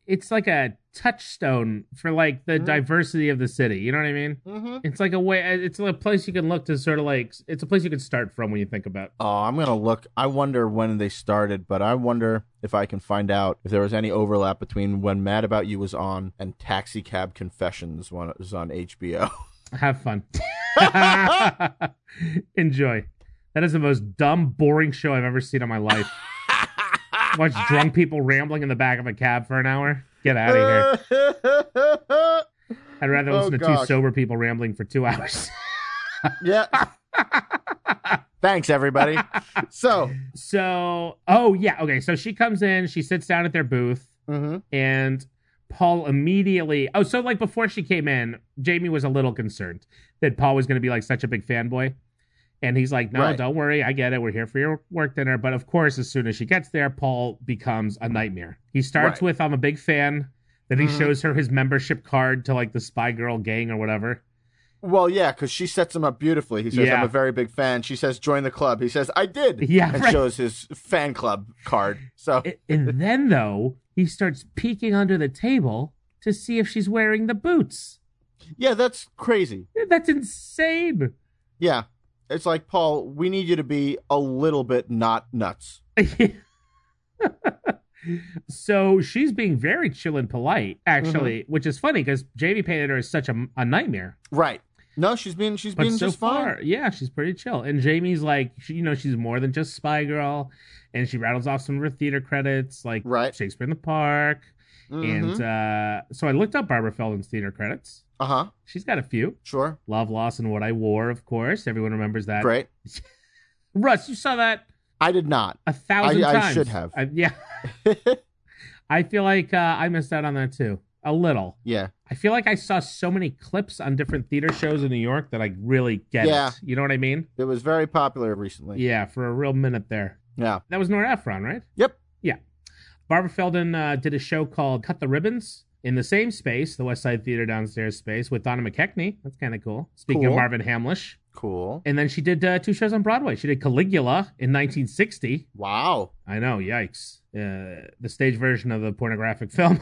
it's like a touchstone for like
Mm-hmm.
the diversity of the city. You know what I mean?
Mhm.
It's like a way. It's a place you can look to sort of like. It's a place you can start from when you think about.
Oh, I'm gonna look. I wonder when they started, but I wonder if I can find out if there was any overlap between when Mad About You was on and Taxi Cab Confessions when it was on HBO.
Have fun. Enjoy. That is the most dumb, boring show I've ever seen in my life. Watch drunk people rambling in the back of a cab for an hour. Get out of here. I'd rather
Oh,
listen to two
gosh.
sober people rambling for two hours.
yeah. Thanks, everybody. so,
So, oh yeah, okay. So she comes in, she sits down at their booth,
mhm.
and Paul immediately. Oh, so like before she came in, Jamie was a little concerned that Paul was going to be like such a big fanboy, and he's like, "No,
Right.
don't worry, I get it. We're here for your work dinner." But of course, as soon as she gets there, Paul becomes a nightmare. He starts
Right. Mm-hmm.
with, "I'm a big fan." Then he shows her his membership card to like the Spy Girl gang or whatever.
well, yeah, because she sets him up beautifully. He says,
Yeah.
I'm a very big fan. She says, join the club. He says, I did.
Yeah,
And
right.
shows his fan club card. So,
A- And then though, he starts peeking under the table to see if she's wearing the boots.
yeah, that's crazy.
That's insane.
Yeah. It's like, Paul, we need you to be a little bit not nuts.
so she's being very chill and polite, actually,
Mm-hmm.
which is funny because Jamie painted her as such a, a nightmare.
Right. No, she's been she's
But
been
so
just
far,
fine.
yeah, she's pretty chill. And Jamie's like, she, you know, she's more than just Spy Girl, and she rattles off some of her theater credits, like
Right. Mm-hmm.
Shakespeare in the Park.
Mhm.
And uh, so I looked up Barbara Feldon's theater credits.
Uh huh.
She's got a few.
Sure.
Love, Loss, and What I Wore, of course. Everyone remembers that.
Great.
Russ, you saw that
I did not.
a thousand
I
times.
should have.
I- yeah. I feel like uh, I missed out on that too. A little.
Yeah.
I feel like I saw so many clips on different theater shows in New York that I really get
Yeah.
it. You know what I mean?
It was very popular recently.
Yeah, for a real minute there.
Yeah.
That was Nora Ephron, right?
Yep.
Barbara Feldon uh, did a show called Cut the Ribbons in the same space, the West Side Theater downstairs space, with Donna McKechnie. That's kind of cool. Speaking of
Cool.
Marvin Hamlish.
Cool.
And then she did uh, two shows on Broadway. She did Caligula in 1960.
Wow.
I know, yikes. Uh, the stage version of the pornographic film.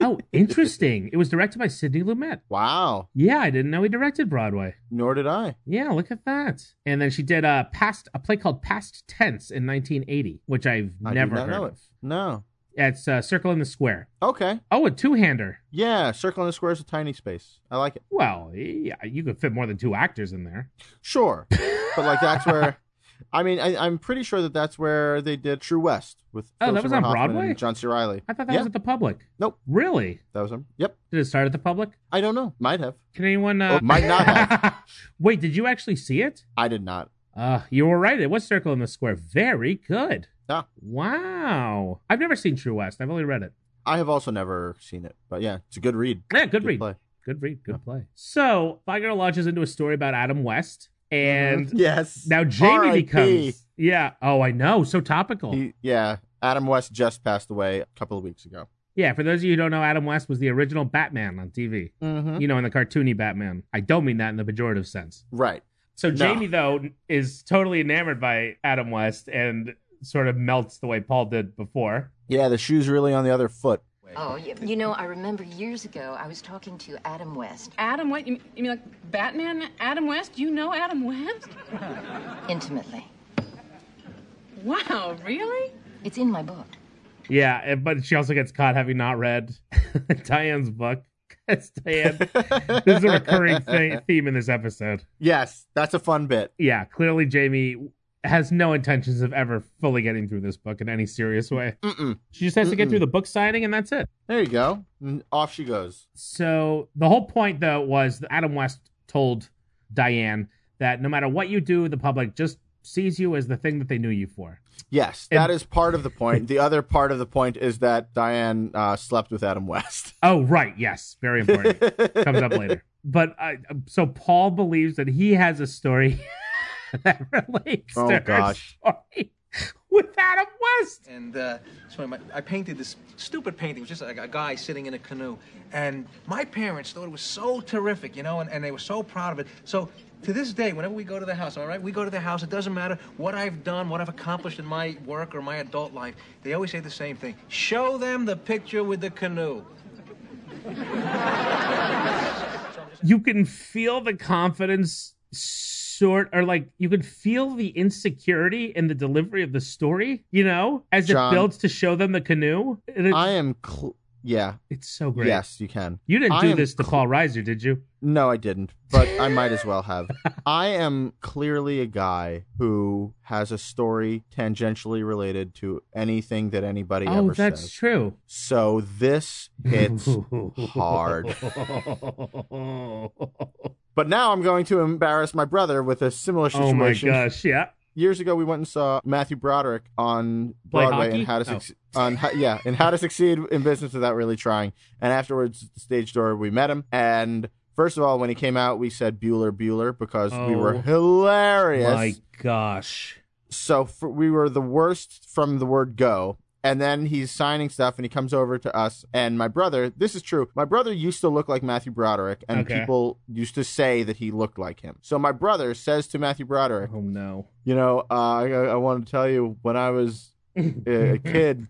oh, interesting. It was directed by Sidney Lumet.
Wow.
Yeah, I didn't know he directed Broadway.
Nor did I.
Yeah, look at that. And then she did a past a play called Past Tense in 1980, which I've
I did
never
not
heard
know
of.
it. No.
It's uh, Circle in the Square.
Okay.
Oh, a two-hander.
Yeah. Circle and a square is a tiny space. I like it.
Well, yeah, you could fit more than two actors in there.
Sure. but like that's where. I mean, I, I'm pretty sure that that's where they did True West with.
Oh,
Philip
that was
Seymour
on
Hoffman
Broadway?
and John C. Riley.
I thought that
yeah,
was at the public.
Nope.
Really?
that was him. Yep.
Did it start at the public?
I don't know. Might have.
Can anyone?
Oh,
Uh...
might not have.
Wait, did you actually see it?
I did not.
Uh, you were right. It was Circle in the Square. Very good.
Ah.
Wow. I've never seen True West. I've only read it.
I have also never seen it, but yeah, it's a good read.
Yeah, good,
Good
read.
play.
Good read. Good play. So, Spy Girl launches into a story about Adam West, and
Mm-hmm. Yes.
now Jamie
R.I.P..
becomes. Yeah. Oh, I know. So topical.
He, yeah, Adam West just passed away a couple of weeks ago.
yeah. For those of you who don't know, Adam West was the original Batman on TV.
Mm-hmm.
You know, in the cartoony Batman. I don't mean that in the pejorative sense.
Right.
So
No.
Jamie though is totally enamored by Adam West and sort of melts the way Paul did before.
Yeah, the shoe's really on the other foot.
Oh, you, you know, I remember years ago I was talking to Adam West,
Adam West? You, you mean like Batman? Adam West? You know Adam West?
intimately.
Wow, really?
It's in my book.
Yeah, and- but she also gets caught having not read Diane's book. 'Cause Diane, this is a recurring thing, theme in this episode.
Yes, that's a fun bit.
Yeah, clearly Jamie has no intentions of ever fully getting through this book in any serious way.
Mm-mm.
She just has to get
Mm-mm.
through the book signing, and that's it.
There you go. And off she goes.
So the whole point, though, was that Adam West told Diane that no matter what you do, the public just sees you as the thing that they knew you for.
Yes, that is part of the point. the other part of the point is that Diane uh, slept with Adam West.
Oh, right. Yes. Very important. Comes up later. But I, so Paul believes that he has a story that relates
Oh,
to her
gosh.
story with Adam West.
And uh, so my, I painted this stupid painting. It was just like a guy sitting in a canoe. And my parents thought it was so terrific, you know, and, and they were so proud of it. So to this day, whenever we go to the house, all right, we go to the house. It doesn't matter what I've done, what I've accomplished in my work or my adult life. They always say the same thing show them the picture with the canoe.
You can feel the confidence sort or like you can feel the insecurity in the delivery of the story, you know, as
John.
it builds to show them the canoe. And it-
I am. Cl- yeah.
it's so great.
Yes, you can.
You didn't
I
do
am
this to Paul Reiser, did you?
No, I didn't, but I might as well have. I am clearly a guy who has a story tangentially related to anything that anybody
oh,
ever
that's
says.
true.
So this hits hard. But now I'm going to embarrass my brother with a similar
Oh my
situation.
gosh! Yeah.
Years ago, we went and saw Matthew Broderick on
Play
Broadway
hockey?
and how to
Oh.
succeed. On how, yeah, and how to succeed in business without really trying. And afterwards, at the stage door, we met him. And first of all, when he came out, we said Bueller, Bueller because we were
Oh.
hilarious
My gosh.
so for, we were the worst from the word go and then he's signing stuff and he comes over to us and my brother this is true my brother used to look like matthew broderick and
Okay.
people used to say that he looked like him so my brother says to matthew broderick
Oh no.
you know uh, I, I want to tell you when i was a a kid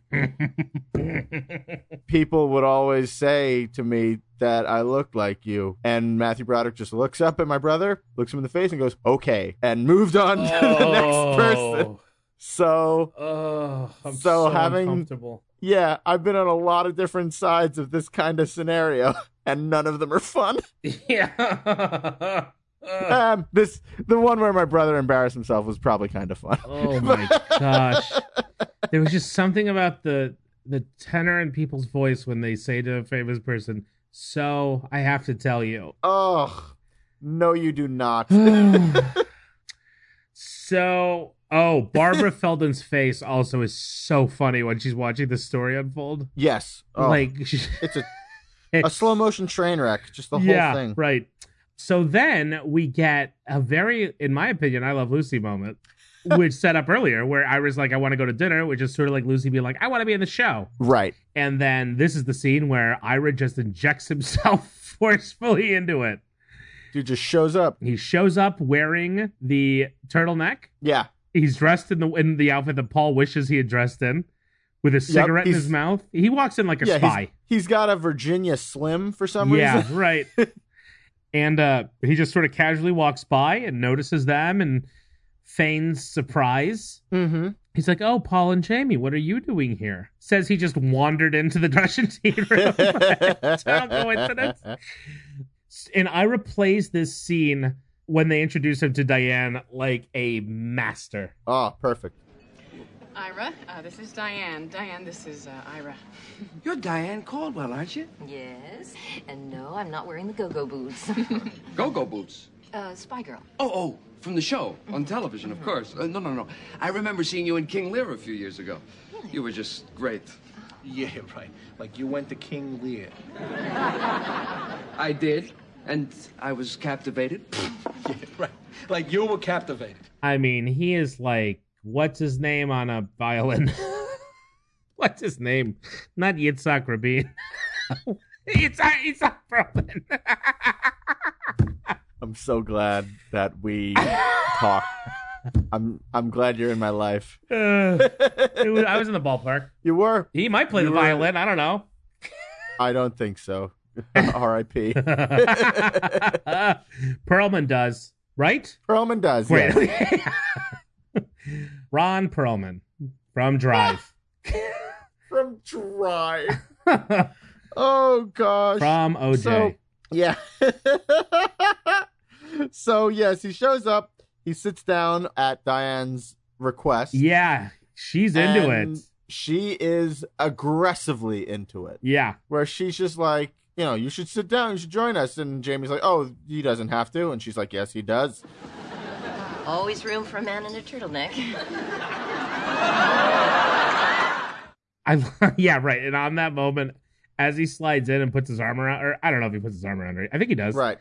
people would always say to me that i looked like you and matthew broderick just looks up at my brother looks him in the face and goes okay and moved on to
Oh.
the next person so
Oh, I'm
So
so,
having-
uncomfortable.
Yeah, I've been on a lot of different sides of this kind of scenario, and none of them are fun.
Yeah.
Um, this the one where my brother embarrassed himself was probably kind of fun.
Oh my gosh. There was just something about the the tenor in people's voice when they say to a famous person, "So I have to tell you."
Oh no, you do not.
so, oh, Barbara Felden's face also is so funny when she's watching the story unfold.
yes, oh,
Like she-
it's a a slow motion train wreck, just the whole
yeah,
thing.
Right. So then we get a very, in my opinion, I love Lucy moment, which set up earlier where Ira's like, I want to go to dinner, which is sort of like Lucy being like, I want to be in the show.
Right.
And then this is the scene where Ira just injects himself forcefully into it.
dude just shows up.
He shows up wearing the turtleneck.
Yeah,
He's dressed in the in the outfit that Paul wishes he had dressed in, with a cigarette in
he's-
his mouth. He walks in like a
yeah. he's-
spy.
he's got a Virginia Slim for some
yeah,
reason.
right. And uh, he just sort of casually walks by and notices them and feigns surprise.
Mm-hmm.
He's like, "Oh, Paul and Jamie, what are you doing here?" Says he just wandered into the dressing room. Total coincidence. and Ira plays this scene when they introduce him to Diane like a master.
Oh, perfect.
Ira, uh, this is Diane. Diane, this is uh, Ira.
You're Diane Caldwell, aren't you?
Yes. And no, I'm not wearing the go go boots.
Go Go Boots.
uh, Spy Girl.
Oh, oh, from the show on television, of course. Uh, no, no, no. I remember seeing you in King Lear a few years ago. You were just great.
Yeah, right. Like you went to King Lear.
I did, and I was captivated.
Yeah, right. Like you were captivated.
I mean, he is like what's his name on a violin? what's his name? Not Yitzhak Rabin. Yitzhak Yitzhak Rabin.
I'm so glad that we talked. I'm I'm glad you're in my life.
Uh, it was- I was in the ballpark.
You were.
He might play the
You were-
violin. I don't know.
I don't think so. R.I.P.
Perlman does, right?
Perlman does.
Wait.
yes.
Ron Perlman from Drive.
From Drive.
from
Oh gosh.
OJ.
So- yeah. so yes, he shows up. He sits down at Diane's request.
yeah, she's into
and
it.
She is aggressively into it.
Yeah.
Where she's just like, you know, you should sit down, you should join us. And Jamie's like, Oh, he doesn't have to. And she's like, Yes, he does.
Always room for a man in a turtleneck.
I yeah, right. And on that moment, as he slides in and puts his arm around or I don't know if he puts his arm around her. I think he does.
Right.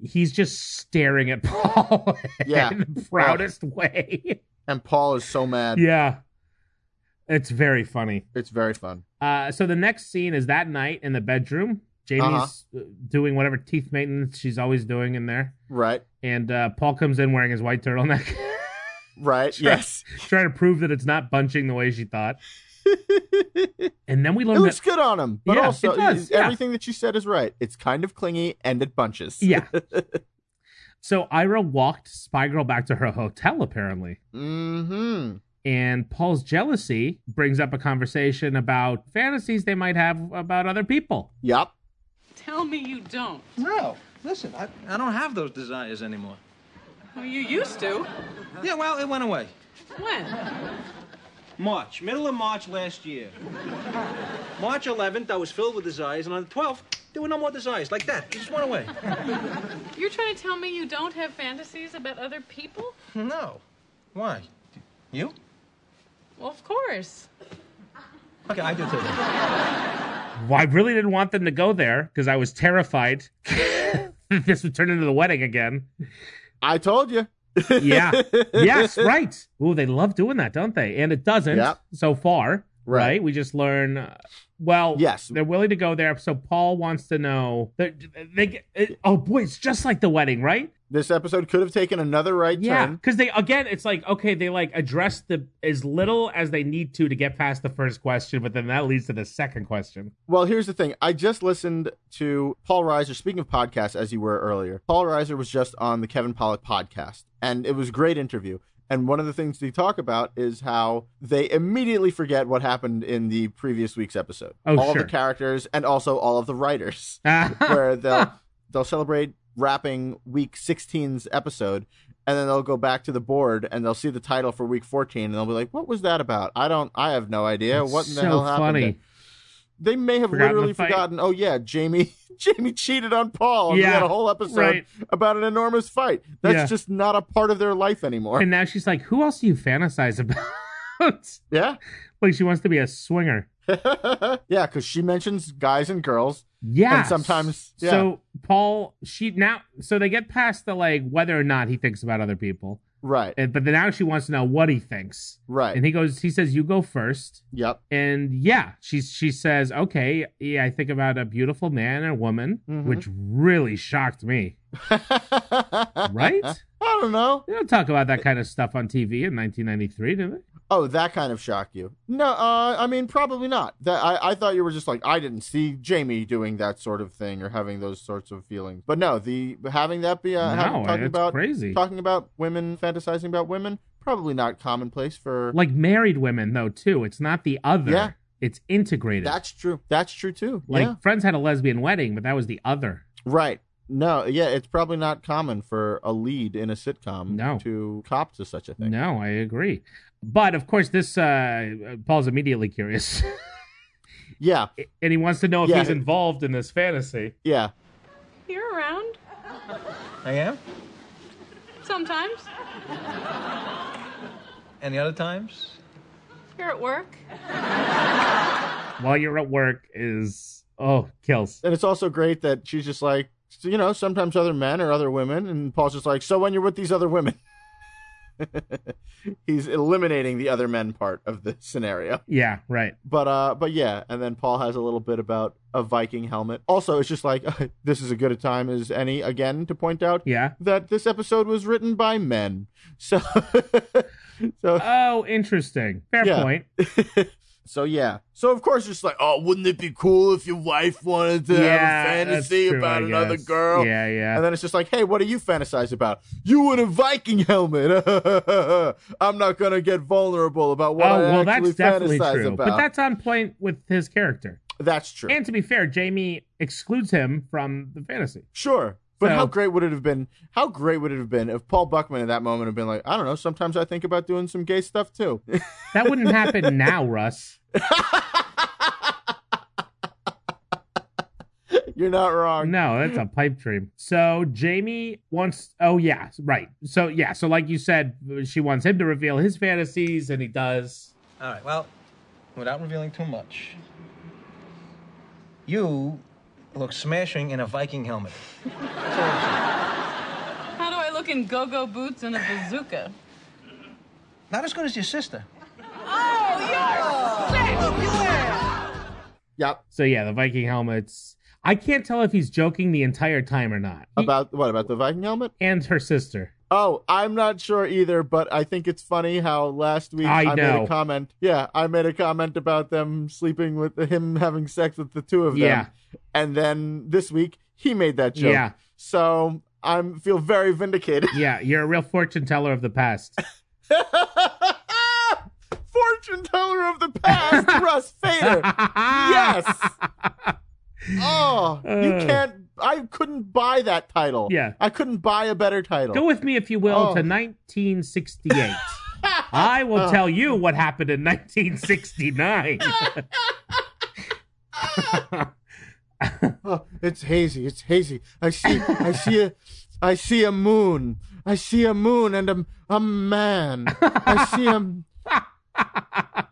He's just staring at Paul
Yeah.
in the proudest way.
And Paul is so mad.
yeah. It's very funny.
It's very fun.
Uh, so the next scene is that night in the bedroom. Jamie's
Uh-huh.
uh doing whatever teeth maintenance she's always doing in there,
Right.
and uh, Paul comes in wearing his white turtleneck,
Right. Yes.
trying to prove that it's not bunching the way she thought. and then we
It
learn
looks
that.
good on him, but
Yeah,
also
it does, yeah.
everything that she said is right. It's kind of clingy and it bunches.
Yeah. so Ira walked Spy Girl back to her hotel, apparently.
Mm-hmm.
And Paul's jealousy brings up a conversation about fantasies they might have about other people.
Yep.
Tell me you don't.
No. Listen, I, I don't have those desires anymore.
Well, you used to.
Yeah, well, it went away.
When?
March, middle of March last year. March 11th, I was filled with desires, and on the 12th, There were no more desires like that. It just went away.
You're trying to tell me you don't have fantasies about other people?
No. Why? You?
Well, of course.
Okay, I do too.
Well, I really didn't want them to go there because I was terrified that this would turn into the wedding again.
I told you.
Yeah. yes, right. Ooh, they love doing that, don't they? And it doesn't
Yep.
so far, right.
Right.
We just learn. Uh, well,
Yes.
they're willing to go there. So Paul wants to know. They, they get- it, oh boy, it's just like the wedding, right?
This episode could have taken another right
Yeah,
turn.
because they again, it's like okay, they like address the as little as they need to to get past the first question, but then that leads to the second question.
Well, here's the thing. I just listened to Paul Reiser, speaking of podcasts, as you were earlier. Paul Reiser was just on the Kevin Pollak podcast, and it was a great interview. And one of the things they talk about is how they immediately forget what happened in the previous week's episode.
Oh,
all
sure.
of the characters and also all of the writers.
Ah,
where they'll they'll celebrate wrapping week 16's episode and then they'll go back to the board and they'll see the title for week 14 and they'll be like what was that about i don't i have no idea what in the
so
hell happened
funny.
there?" they may have
Forgotten the
literally
fight.
forgotten oh yeah jamie jamie cheated on paul and we
Yeah,
had a whole episode
right.
about an enormous fight that's
Yeah.
just not a part of their life anymore
And now she's like, who else do you fantasize about?
yeah
like she wants to be a swinger.
yeah because she mentions guys and girls
Yeah.
And sometimes-
So Paul, she now, so they get past the like whether or not he thinks about other people,
right
and, but then now she wants to know what he thinks.
right
And he goes, he says, "You go first.
yep
And yeah, she's she says, "Okay, yeah, I think about a beautiful man and a woman,"
Mhm.
which really shocked me. Right?
i don't know
they don't talk about that kind of stuff on TV in 1993, do they?
Oh, that kind of shocked you? No, uh, I mean probably not. That I, I thought you were just like I didn't see Jamie doing that sort of thing or having those sorts of feelings. But no, the having that be uh, having-
no,
talking
it's
about
crazy.
talking about women, fantasizing about women, probably not commonplace for.
like married women though too. It's not the other.
Yeah.
It's integrated.
That's true. That's true too.
like
yeah,
friends had a lesbian wedding, but that was the other.
right. No, yeah, it's probably not common for a lead in a sitcom
No.
to cop to such a thing.
No, I agree. But of course, this uh, Paul's immediately curious,
Yeah,
and he wants to know if
Yeah.
he's involved in this fantasy.
yeah.
You're around
I am?
sometimes.
And the other times?
You're at work.
While you're at work, is oh kills.
And it's also great that she's just like, so, you know, sometimes other men or other women. And Paul's just like, so when you're with these other women, he's eliminating the other men part of the scenario.
Yeah, right.
But, uh, but yeah. And then Paul has a little bit about a Viking helmet. Also, it's just like, this is as good a time as any, again, to point out
Yeah.
that this episode was written by men. So, so
Oh, interesting. Fair
Yeah.
point.
So yeah. So of course it's like, oh, wouldn't it be cool if your wife wanted to
yeah,
have a
that's
fantasy
true,
about
I
another
guess.
girl?
Yeah, yeah.
And then it's just like, hey, what do you fantasize about? You in a Viking helmet. I'm not gonna get vulnerable about what
oh
I
well,
actually
that's definitely
fantasize
true.
about.
But that's on point with his character.
That's true.
And to be fair, Jamie excludes him from the fantasy.
sure. But
So-
how great would it have been? How great would it have been if Paul Buckman at that moment had been like, I don't know. Sometimes I think about doing some gay stuff too.
That wouldn't happen now, Russ.
You're not wrong.
No, that's a pipe dream. So Jamie wants. Oh yeah, right. So yeah, so like you said, she wants him to reveal his fantasies, and he does.
All right, well, without revealing too much, you look smashing in a Viking helmet.
How do I look in go-go boots and a bazooka?
Not as good as your sister.
Yep.
So yeah, the Viking helmets. I can't tell if he's joking the entire time or not. He-
About what about the Viking helmet?
and her sister.
Oh, I'm not sure either, but I think it's funny how last week
I
I, made
know.
a comment. Yeah, I made a comment about them sleeping with him having sex with the two of them.
Yeah.
And then this week he made that joke.
Yeah.
So I'm feel very vindicated.
Yeah, you're a real fortune teller of the past.
Fortune teller of the past, Russ Fader. Yes. Oh,
Uh.
you can't I couldn't buy that title.
Yeah.
I couldn't buy a better title.
Go with me, if you will,
Oh.
to 1968. I will tell you what happened in 1969.
Oh, it's hazy. It's hazy. I see. I see a. I see a moon. I see a moon and a a man. I see a.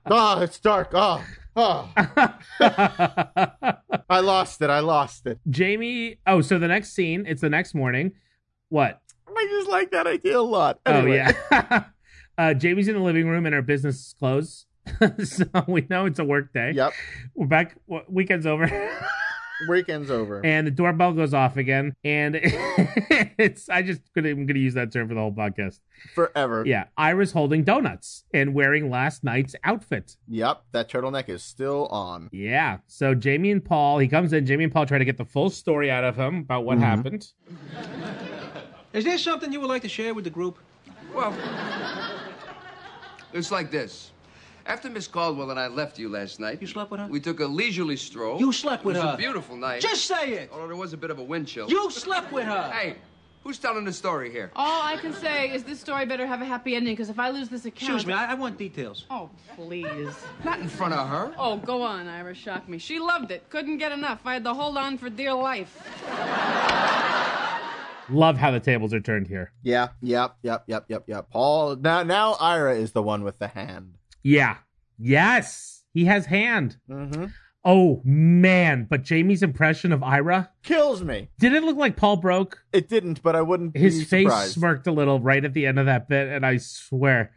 Oh, it's dark. Oh, oh. I lost it. I lost it.
Jamie. Oh, so the next scene, it's the next morning. What?
I just like that idea a lot.
Oh
Anyway.
yeah. uh, Jamie's in the living room and her business is closed, so we know it's a work day.
Yep.
We're back. w- Weekend's over.
Weekend's over.
and the doorbell goes off again and it's i just gonna i'm gonna use that term for the whole podcast
Forever.
yeah ira's holding donuts and wearing last night's outfit
Yep. That turtleneck is still on.
yeah so jamie and paul he comes in jamie and paul try to get the full story out of him about what happened
Is there something you would like to share with the group?
Well, it's like this. After Miss Caldwell and I left you last night,
You slept with her?
we took a leisurely stroll.
You slept with
it was
her.
a beautiful night.
Just say it.
Although there was a bit of a wind chill.
You slept with her.
Hey, who's telling the story here?
All I can say is this story better have a happy ending because if I lose this account.
Excuse me, I, I want details.
Oh, please.
Not in front of her.
Oh, go on, Ira. Shock me. She loved it. Couldn't get enough. I had to hold on for dear life.
love how the tables are turned here
Yeah. Yep. Yep. Yep. Yep. Yep. Paul. Now. Now Ira is the one with the hand.
yeah yes he has hand
Mm-hmm.
oh man but jamie's impression of ira
Kills me.
did it look like paul broke
It didn't, but I wouldn't.
his
be
face
surprised.
smirked a little right at the end of that bit and i swear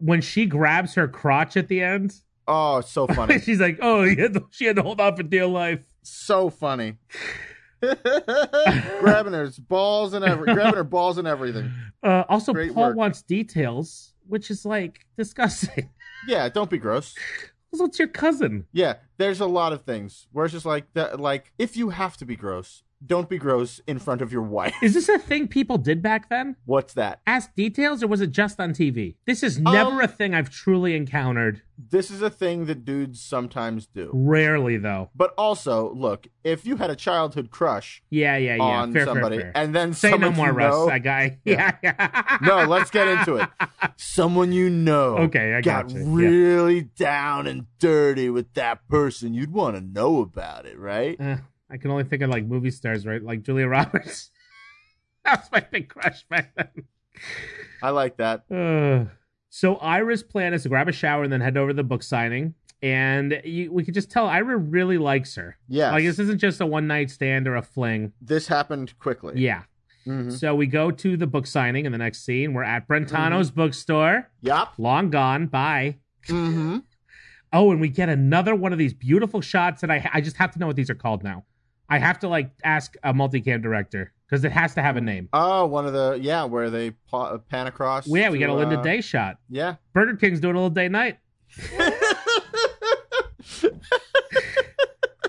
when she grabs her crotch at the end
Oh, it's so funny.
She's like, oh, he had to- she had to hold on for dear life.
so funny. grabbing her balls and every, grabbing her balls and everything.
Uh, also,
Great
Paul
work.
wants details, which is like disgusting.
Yeah, don't be gross.
Also, it's your cousin.
Yeah, there's a lot of things where it's just like that. Like if you have to be gross, don't be gross in front of your wife.
Is this a thing people did back then?
What's that?
Ask details, or was it just on TV? This is
Um,
never a thing I've truly encountered.
This is a thing that dudes sometimes do.
Rarely, though.
But also, look, if you had a childhood crush
Yeah, yeah, yeah.
on
fair,
somebody,
fair, fair.
and then
Say no
someone
more,
you
Russ.
know,
That guy. Yeah, yeah.
no, let's get into it. Someone you know.
Okay, I
got
gotcha, yeah.
really down and dirty with that person. You'd want to know about it, right?
Uh, I can only think of like movie stars, right? Like Julia Roberts. that was my big crush back then.
I like that.
Ugh. so Ira's plan is to grab a shower and then head over to the book signing. And you, we could just tell Ira really likes her.
Yes.
Like this isn't just a one night stand or a fling.
This happened quickly.
Yeah.
Mhm.
So we go to the book signing in the next scene. We're at Brentano's
Mm-hmm.
bookstore.
Yup.
Long gone. Bye.
Mm-hmm.
Oh, and we get another one of these beautiful shots that I I just have to know what these are called now. I have to like ask a multicam director because it has to have a name.
Oh, one of the yeah, where they pa- uh, pan across.
yeah,
to,
we get a Linda
uh,
Day shot.
Yeah.
Burger King's doing a little day night.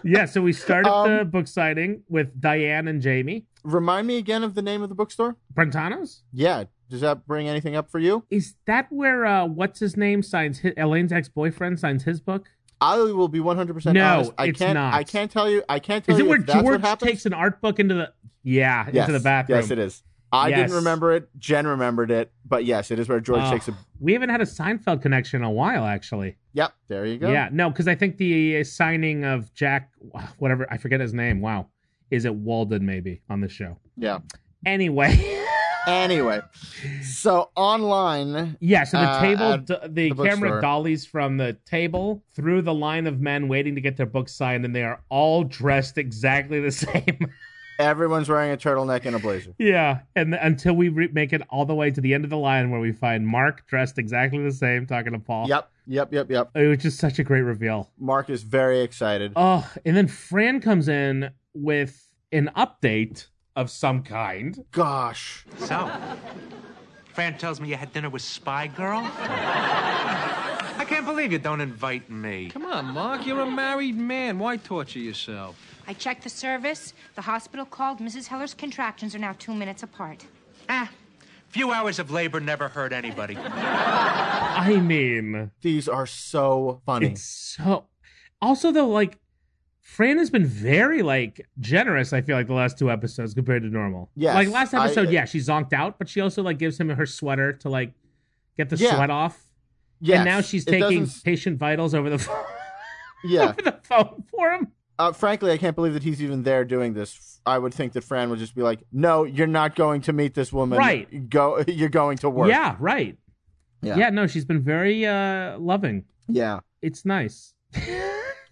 yeah, so we started
Um,
the book signing with Diane and Jamie.
Remind me again of the name of the bookstore.
Brentano's?
Yeah. Does that bring anything up for you?
Is that where uh what's his name signs his, Elaine's ex boyfriend signs his book?
I will be one hundred percent
No,
honest. I
it's
can't.
not.
I can't tell you. I can't tell
Is it
you
where
if that's what
George
happens.
takes an art book into the Yeah,
yes.
into the bathroom.
Yes, it is. I
Yes.
didn't remember it. Jen remembered it, but yes, it is where George
Oh,
takes a.
we haven't had a Seinfeld connection in a while, actually.
Yep, there you go.
Yeah, no, because I think the uh, signing of Jack, whatever, I forget his name. Wow. Is it Walden, maybe, on the show?
Yeah.
Anyway.
Anyway, so online,
Yeah, so the
uh,
table,
at
d- the,
the
camera
bookstore.
dollies from the table through the line of men waiting to get their books signed, and they are all dressed exactly the same.
everyone's wearing a turtleneck and a blazer.
yeah, and until we re- make it all the way to the end of the line where we find Mark dressed exactly the same talking to Paul.
Yep, yep, yep, yep.
It was just such a great reveal.
Mark is very excited.
Oh, and then Fran comes in with an update of some kind.
Gosh,
So, Fran tells me you had dinner with Spy Girl? I can't believe you don't invite me. Come on, Mark, you're a married man. Why torture yourself?
I checked the service. The hospital called. Mrs. Heller's contractions are now two minutes apart.
Ah, few hours of labor never hurt anybody.
I mean,
these are so funny.
It's so. Also, though, like Fran has been very like generous. I feel like the last two episodes compared to normal.
Yes,
Like last
I- uh,
episode, yeah, she zonked out, but she also like gives him her sweater to like get the
Yeah.
sweat off.
Yes,
and now she's
it
taking
doesn't-
patient vitals over the phone,
Yeah,
over the phone for him.
uh, frankly, I can't believe that he's even there doing this. I would think that Fran would just be like, "No, you're not going to meet this woman.
Right.
Go. You're going to work.
Yeah, right.
Yeah.
yeah, no, she's been very uh loving.
Yeah.
It's nice.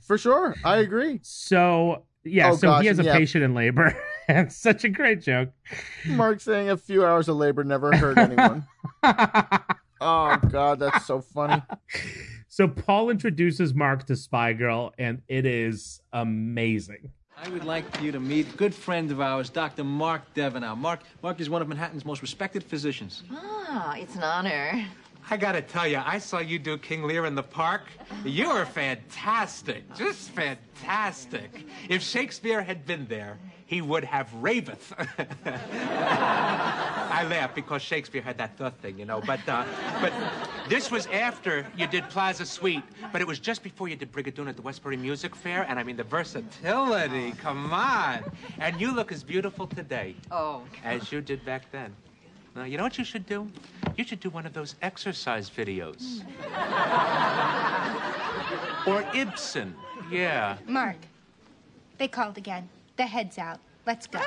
For sure. I agree.
So yeah,
Oh,
so
gosh,
he has a
yeah.
patient in labor. That's such a great joke.
Mark saying a few hours of labor never hurt anyone. oh God, that's so funny.
So Paul introduces Mark to Spy Girl, and it is amazing.
I would like you to meet a good friend of ours, Dr. Mark Devenow. Mark, Mark is one of Manhattan's most respected physicians.
Ah, it's an honor.
I gotta tell you, I saw you do King Lear in the park. You were fantastic, just fantastic. If Shakespeare had been there, he would have raveth. I laugh because Shakespeare had that the thing, you know. But uh, but this was after you did Plaza Suite, but it was just before you did Brigadoon at the Westbury Music Fair, and I mean the versatility. Come on, and you look as beautiful today
Oh,
as you did back then. Now, you know what you should do? You should do one of those exercise videos. or Ibsen. Yeah.
Mark, they called again. The head's out. Let's go.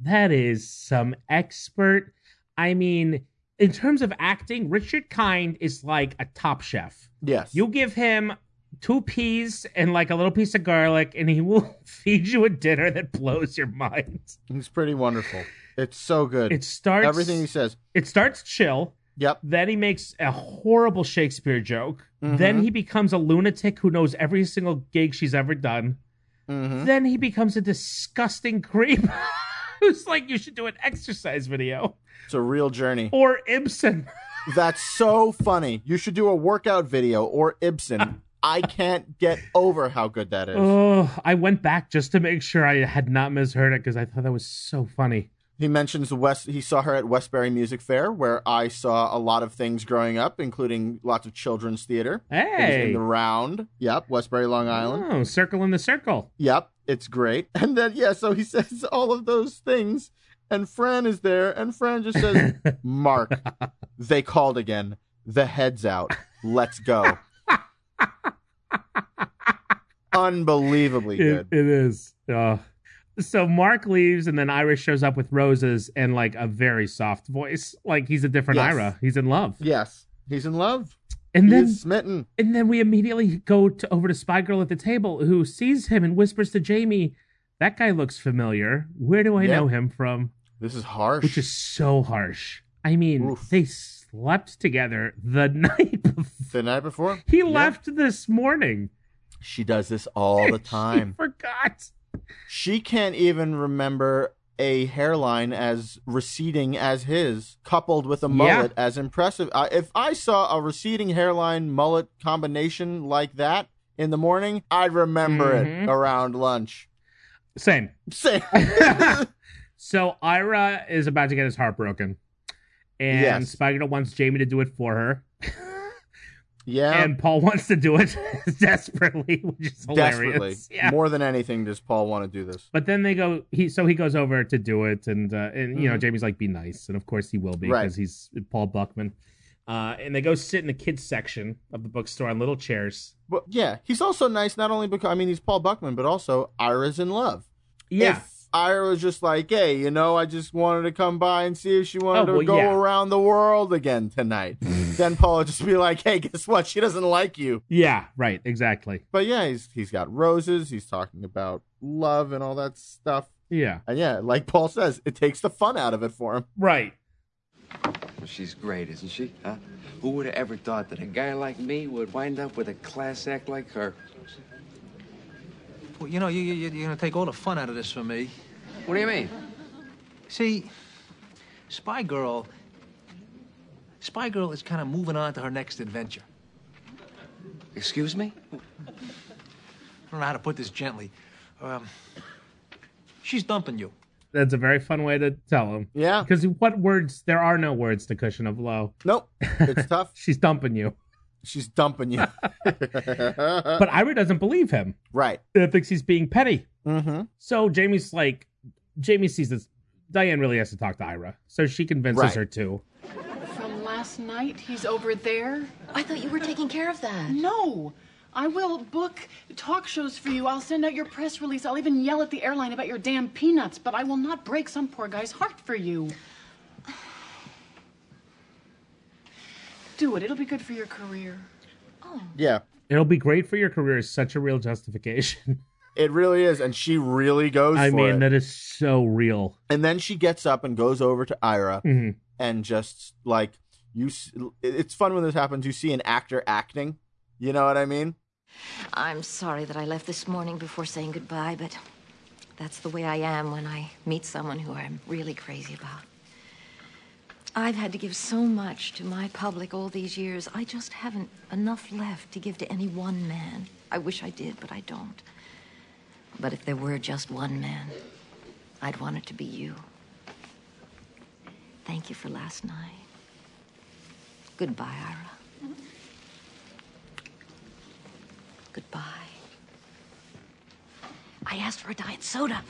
That is some expert. I mean, in terms of acting, Richard Kind is like a top chef.
Yes.
You give him two peas and like a little piece of garlic, and he will feed you a dinner that blows your mind.
He's pretty wonderful. It's so good.
It starts
everything he says.
It starts chill.
Yep.
Then he makes a horrible Shakespeare joke.
Mm-hmm.
Then he becomes a lunatic who knows every single gig she's ever done.
Mm-hmm.
Then he becomes a disgusting creep who's like, you should do an exercise video
It's a real journey.
or Ibsen.
That's so funny. You should do a workout video or Ibsen. I can't get over how good that is.
Oh, I went back just to make sure I had not misheard it because I thought that was so funny.
He mentions the West. He saw her at Westbury Music Fair, where I saw a lot of things growing up, including lots of children's theater. It was
Hey.
in the round. Yep, Westbury, Long Island.
Oh, circle in the circle.
Yep, it's great. And then yeah, so he says all of those things, and Fran is there, and Fran just says, "Mark, they called again. The head's out. Let's go." Unbelievably
It,
good.
it is. Uh, so Mark leaves, and then Ira shows up with roses and like a very soft voice. Like he's a different
Yes.
Ira. He's in love.
Yes, he's in love.
And then
he's smitten.
and then we immediately go to, over to Spy Girl at the table, who sees him and whispers to Jamie, "That guy looks familiar. Where do I
Yeah.
know him from?"
This is harsh.
Which is so harsh. I mean,
Oof.
they slept together the night before.
the night before
He
Yeah.
left this morning.
She does this all the time.
He forgot.
She can't even remember a hairline as receding as his, coupled with a mullet as impressive. Uh, if I saw a receding hairline mullet combination like that in the morning, I'd remember
Mm-hmm.
it around lunch.
Same.
Same.
So Ira is about to get his heart broken. And
Yes.
Spy Girl wants Jamie to do it for her.
yeah,
and Paul wants to do it desperately, which is
desperately.
hilarious. Yeah.
More than anything, does Paul want to do this?
but then they go he so he goes over to do it and uh, and you know Jamie's like be nice and of course he will be
Mm-hmm. Right.
because he's Paul Buckman. Uh, and they go sit in the kids section of the bookstore on little chairs.
But yeah, he's also nice. Not only because I mean he's Paul Buckman, but also Ira's in love. If Ira was just like, hey, you know, I just wanted to come by and see if she wanted
Oh,
to
well,
go
yeah.
around the world again tonight. then Paul would just be like, hey, guess what? She doesn't like you.
Yeah, right, exactly.
But yeah, he's he's got roses. He's talking about love and all that stuff.
Yeah.
And yeah, like Paul says, it takes the fun out of it for him.
Right.
She's great, isn't she? Huh? Who would have ever thought that a guy like me would wind up with a class act like her?
Well, you know, you, you, you're going to take all the fun out of this for me.
What do you mean?
See, Spy Girl. Spy Girl is kind of moving on to her next adventure.
Excuse me?
I don't know how to put this gently. Um, she's dumping you.
That's a very fun way to tell him.
Yeah.
Because what words there are no words to cushion a blow.
Nope. It's tough.
She's dumping you.
She's dumping you. Uh,
But Ira doesn't believe him.
right.
uh, thinks he's being petty.
Mm-hmm.
So Jamie's like, Jamie sees this. Diane really has to talk to Ira, so she convinces
Right.
her to.
From last night, he's over there.
I thought you were taking care of that.
No,
I will book talk shows for you. I'll send out your press release. I'll even yell at the airline about your damn peanuts, but I will not break some poor guy's heart for you. Do it. It'll be good for your career.
Yeah.
It'll be great for your career is such a real justification.
It really is, and she really goes.
I
for
mean,
it.
that is so real.
And then she gets up and goes over to Ira
Mhm.
and just like you. s- it- It's fun when this happens. You see an actor acting. You know what I mean?
I'm sorry that I left this morning before saying goodbye, but that's the way I am when I meet someone who I'm really crazy about. I've had to give so much to my public all these years. I just haven't enough left to give to any one man. I wish I did, but I don't. But if there were just one man, I'd want it to be you. Thank you for last night. Goodbye, Ira. Goodbye. I asked for a diet soda.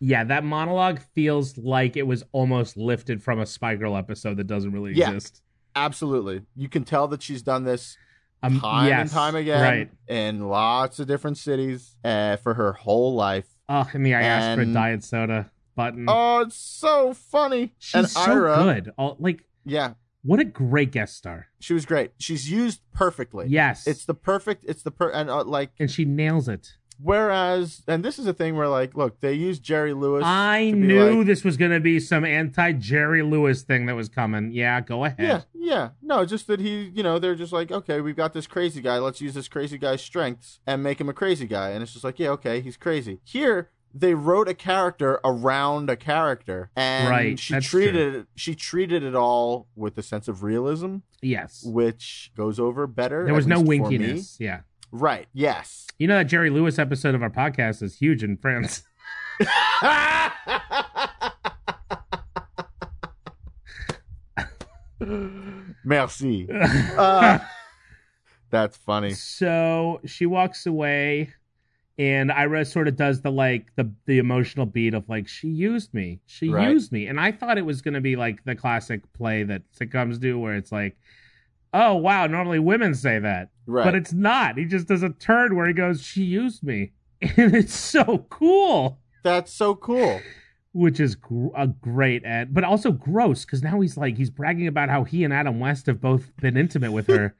Yeah, that monologue feels like it was almost lifted from a Spy Girl episode that doesn't really
Yeah.
exist.
Absolutely. You can tell that she's done this
Um,
time and
yes,
time again
right.
in lots of different cities uh, for her whole life.
Oh, I mean, I asked for a
And-
diet soda button.
Oh, it's so funny.
She's
and
so
Ira,
good. All, like,
yeah,
what a great guest star.
she was great. She's used perfectly.
Yes.
it's the perfect. It's the per and uh, like.
And she nails it.
Whereas, and this is a thing where like, look, they use Jerry Lewis.
I
to be
knew
like-
this was going to be some anti Jerry Lewis thing that was coming. Yeah, go ahead.
Yeah, yeah. No, just that he, you know, they're just like, okay, we've got this crazy guy. Let's use this crazy guy's strengths and make him a crazy guy. And it's just like, yeah, okay, he's crazy. Here, they wrote a character around a character, and
Right,
she
that's
treated it, she treated it all with a sense of realism,
Yes.
which goes over better.
There
at
was no
least for me.
winkiness. Yeah.
Right. Yes.
You know that Jerry Lewis episode of our podcast is huge in France.
Merci. Uh, that's funny.
So she walks away, and Ira sort of does the like the the emotional beat of like she used me, she
Right.
used me, and I thought it was gonna be like the classic play that sitcoms do, where it's like, oh wow, normally women say that,
Right.
but it's not. He just does a turn where he goes, she used me, and it's so cool,
That's so cool.
which is gr- a great ad, but also gross because now he's like he's bragging about how he and Adam West have both been intimate with her.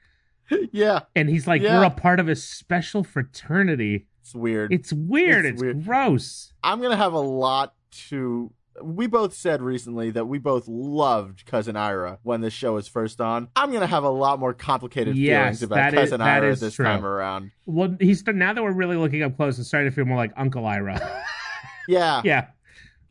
Yeah.
And he's like,
Yeah.
we're a part of a special fraternity.
It's weird.
It's weird.
It's
It's,
weird.
gross.
I'm gonna have a lot to. We both said recently that we both loved Cousin Ira when this show was first on. I'm gonna have a lot more complicated
Yes,
feelings about
that is-
Cousin
that
Ira
is
this
true.
time around.
Well, he's now that we're really looking up close, it's starting to feel more like Uncle Ira.
Yeah,
yeah,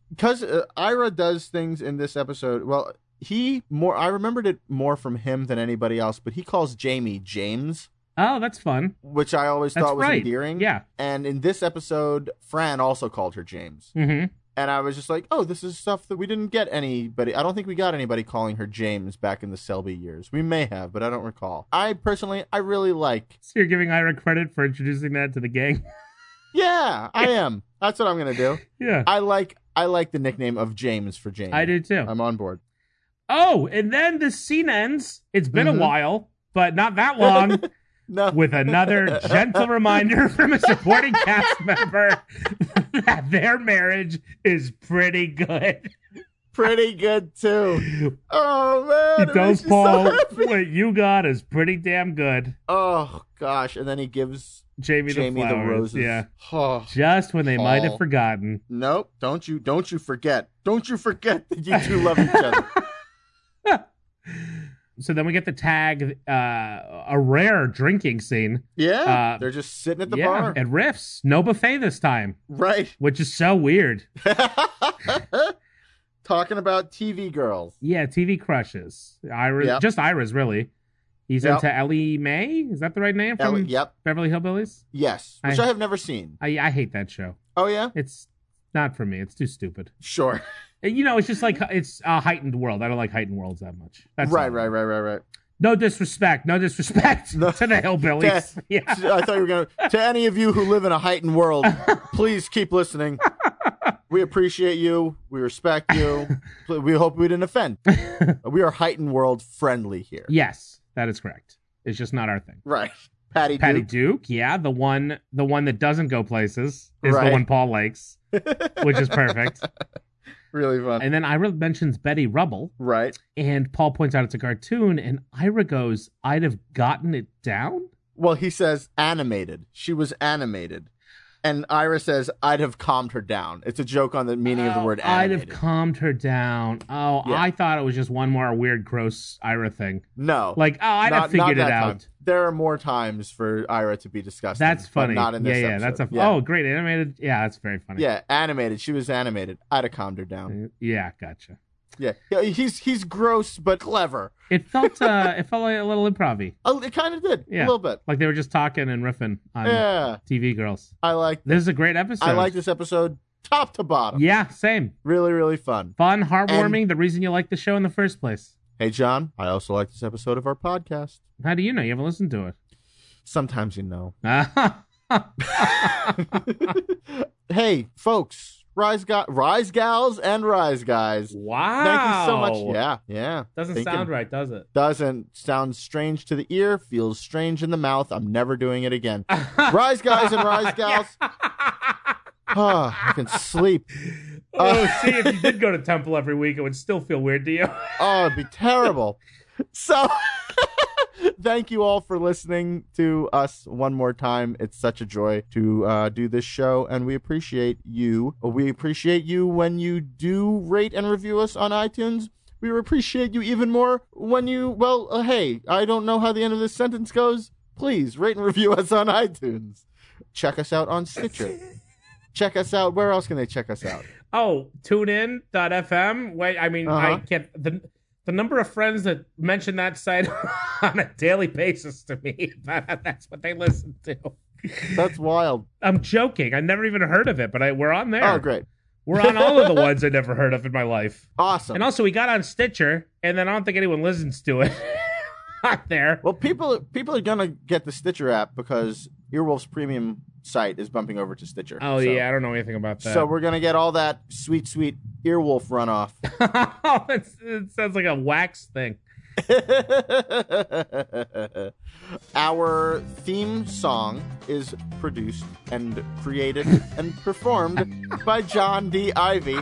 because uh, Ira does things in this episode. Well, he more. I remembered it more from him than anybody else, but he calls Jamie James,
Oh, that's fun.
which I always
That's
thought was
right.
endearing.
Yeah.
and in this episode, Fran also called her James.
Mm-hmm.
and I was just like, oh, this is stuff that we didn't get anybody. I don't think we got anybody calling her James back in the Selby years. We may have, but I don't recall. I personally, I really like.
So you're giving Ira credit for introducing that to the gang.
Yeah, I am. That's what I'm gonna do.
yeah,
I like. I like the nickname of James for James.
I do too.
I'm on board.
oh, and then the scene ends. It's been
Mhm.
a while, but not that long.
No.
With another gentle reminder from a supporting cast member that their marriage is pretty good.
Pretty good too. Oh man, it
Those
makes me so
Paul,
happy.
what you got is pretty damn good.
Oh gosh, and then he gives
Jamie,
Jamie
the
the,
flowers.
roses.
Yeah.
Oh,
Just when they might
Paul.
have forgotten.
nope. Don't you? Don't you forget? Don't you forget that you two love each other?
So then we get the tag, uh, a rare drinking scene.
Yeah,
Uh,
they're just sitting at the
yeah,
bar.
at Riffs. No buffet this time,
Right.
which is so weird.
Talking about TV girls.
Yeah, TV crushes. Ira,
Yep.
just Ira's really. He's
Yep.
into Ellie May. Is that the right name from
Ellie- yep.
Beverly Hillbillies?
Yes. Which I,
I-
have never seen.
I, I hate that show.
Oh yeah?
It's not for me. It's too stupid.
Sure.
You know, it's just like it's a heightened world. I don't like heightened worlds that much. That's
right,
all.
right, right, right, right.
No disrespect. No disrespect
No.
to the hillbillies.
To-
yeah.
I thought you were gonna to any of you who live in a heightened world, please keep listening. We appreciate you. We respect you. Pl- We hope we didn't offend. We are heightened world friendly here.
Yes, that is correct. is just not our thing.
Right. Patty
Patty
Duke.
Duke, yeah, the one the one that doesn't go places is
Right.
the one Paul likes, which is perfect.
Really fun.
And then Ira mentions Betty Rubble.
Right.
And Paul points out it's a cartoon, and Ira goes, I'd have gotten it down.
Well, he says animated. She was animated. And Ira says, I'd have calmed her down. It's a joke on the meaning of the word
Oh, I'd
animated.
have calmed her down. Oh,
Yeah.
I thought it was just one more weird, gross Ira thing.
No.
Like, oh, I'd have
Not- not
figured it
that time.
out.
There are more times for Ira to be disgusting.
That's
but
funny.
Not in this
yeah, yeah,
episode.
that's a
yeah.
oh great animated. Yeah, that's very funny.
Yeah, animated. She was animated. I'd have calmed her down.
yeah, gotcha.
Yeah, yeah he's he's gross but clever.
It felt uh, it felt like a little improv-y.
Oh, it kind of did
Yeah,
a little bit.
Like they were just talking and riffing on
Yeah.
TV girls.
I like
This is a great episode.
I like this episode top to bottom.
Yeah, same.
Really, really fun.
Fun, heartwarming. the reason you like the show in the first place.
Hey, John. I also like this episode of our podcast.
How do you know? You haven't listened to it.
Sometimes you know.
Ah,
Hey, folks, rise got rise gals and rise guys.
Wow.
Thank you so much. Yeah, yeah.
Doesn't
Thinking-
sound right, does it?
Doesn't sound strange to the ear, feels strange in the mouth. I'm never doing it again. rise guys and rise gals. Ah, I can sleep. Uh,
Oh, see, if you did go to temple every week, it would still feel weird to you.
Oh, it'd be terrible. So, thank you all for listening to us one more time. It's such a joy to uh, do this show, and we appreciate you. We appreciate you when you do rate and review us on iTunes. We appreciate you even more when you, well, uh, hey, I don't know how the end of this sentence goes. Please rate and review us on iTunes. Check us out on Stitcher. check us out. Where else can they check us out?
Oh, tunein.fm. Wait, I mean, I
Uh-huh.
can't. The, the number of friends that mention that site on a daily basis to me, that- that's what they listen to.
That's wild.
I'm joking. I never even heard of it, but I, we're on there.
Oh, great.
We're on all of the ones I never heard of in my life.
Awesome.
And also, we got on Stitcher, and then I don't think anyone listens to it. Not there.
Well, people people are gonna get the Stitcher app because Earwolf's premium site is bumping over to Stitcher.
Oh,
So-
yeah. I don't know anything about that.
So we're gonna get all that sweet, sweet Earwolf runoff.
oh, it's, it sounds like a wax thing.
Our theme song is produced and created and performed by John D. Ivy,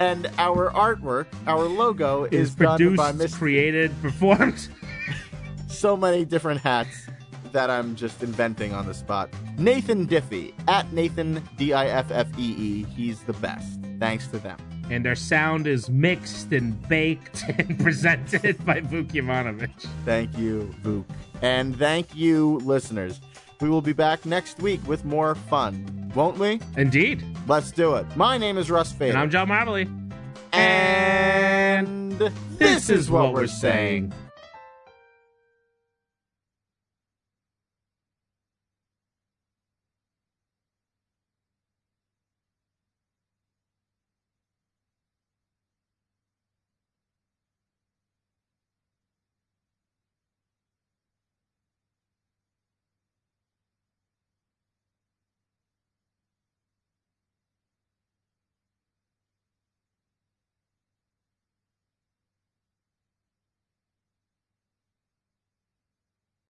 and our artwork, our logo, is,
It's
done
produced,
by Miss
created, performed.
so many different hats that I'm just inventing on the spot. Nathan Diffie at Nathan D I F F E E. He's the best. Thanks to them.
and their sound is mixed and baked and presented by Vuk Yovanovich.
Thank you, Vuk. And thank you, listeners. We will be back next week with more fun, won't we?
Indeed.
Let's do it. My name is Russ Fader.
And I'm John Marley.
And this is what we're saying.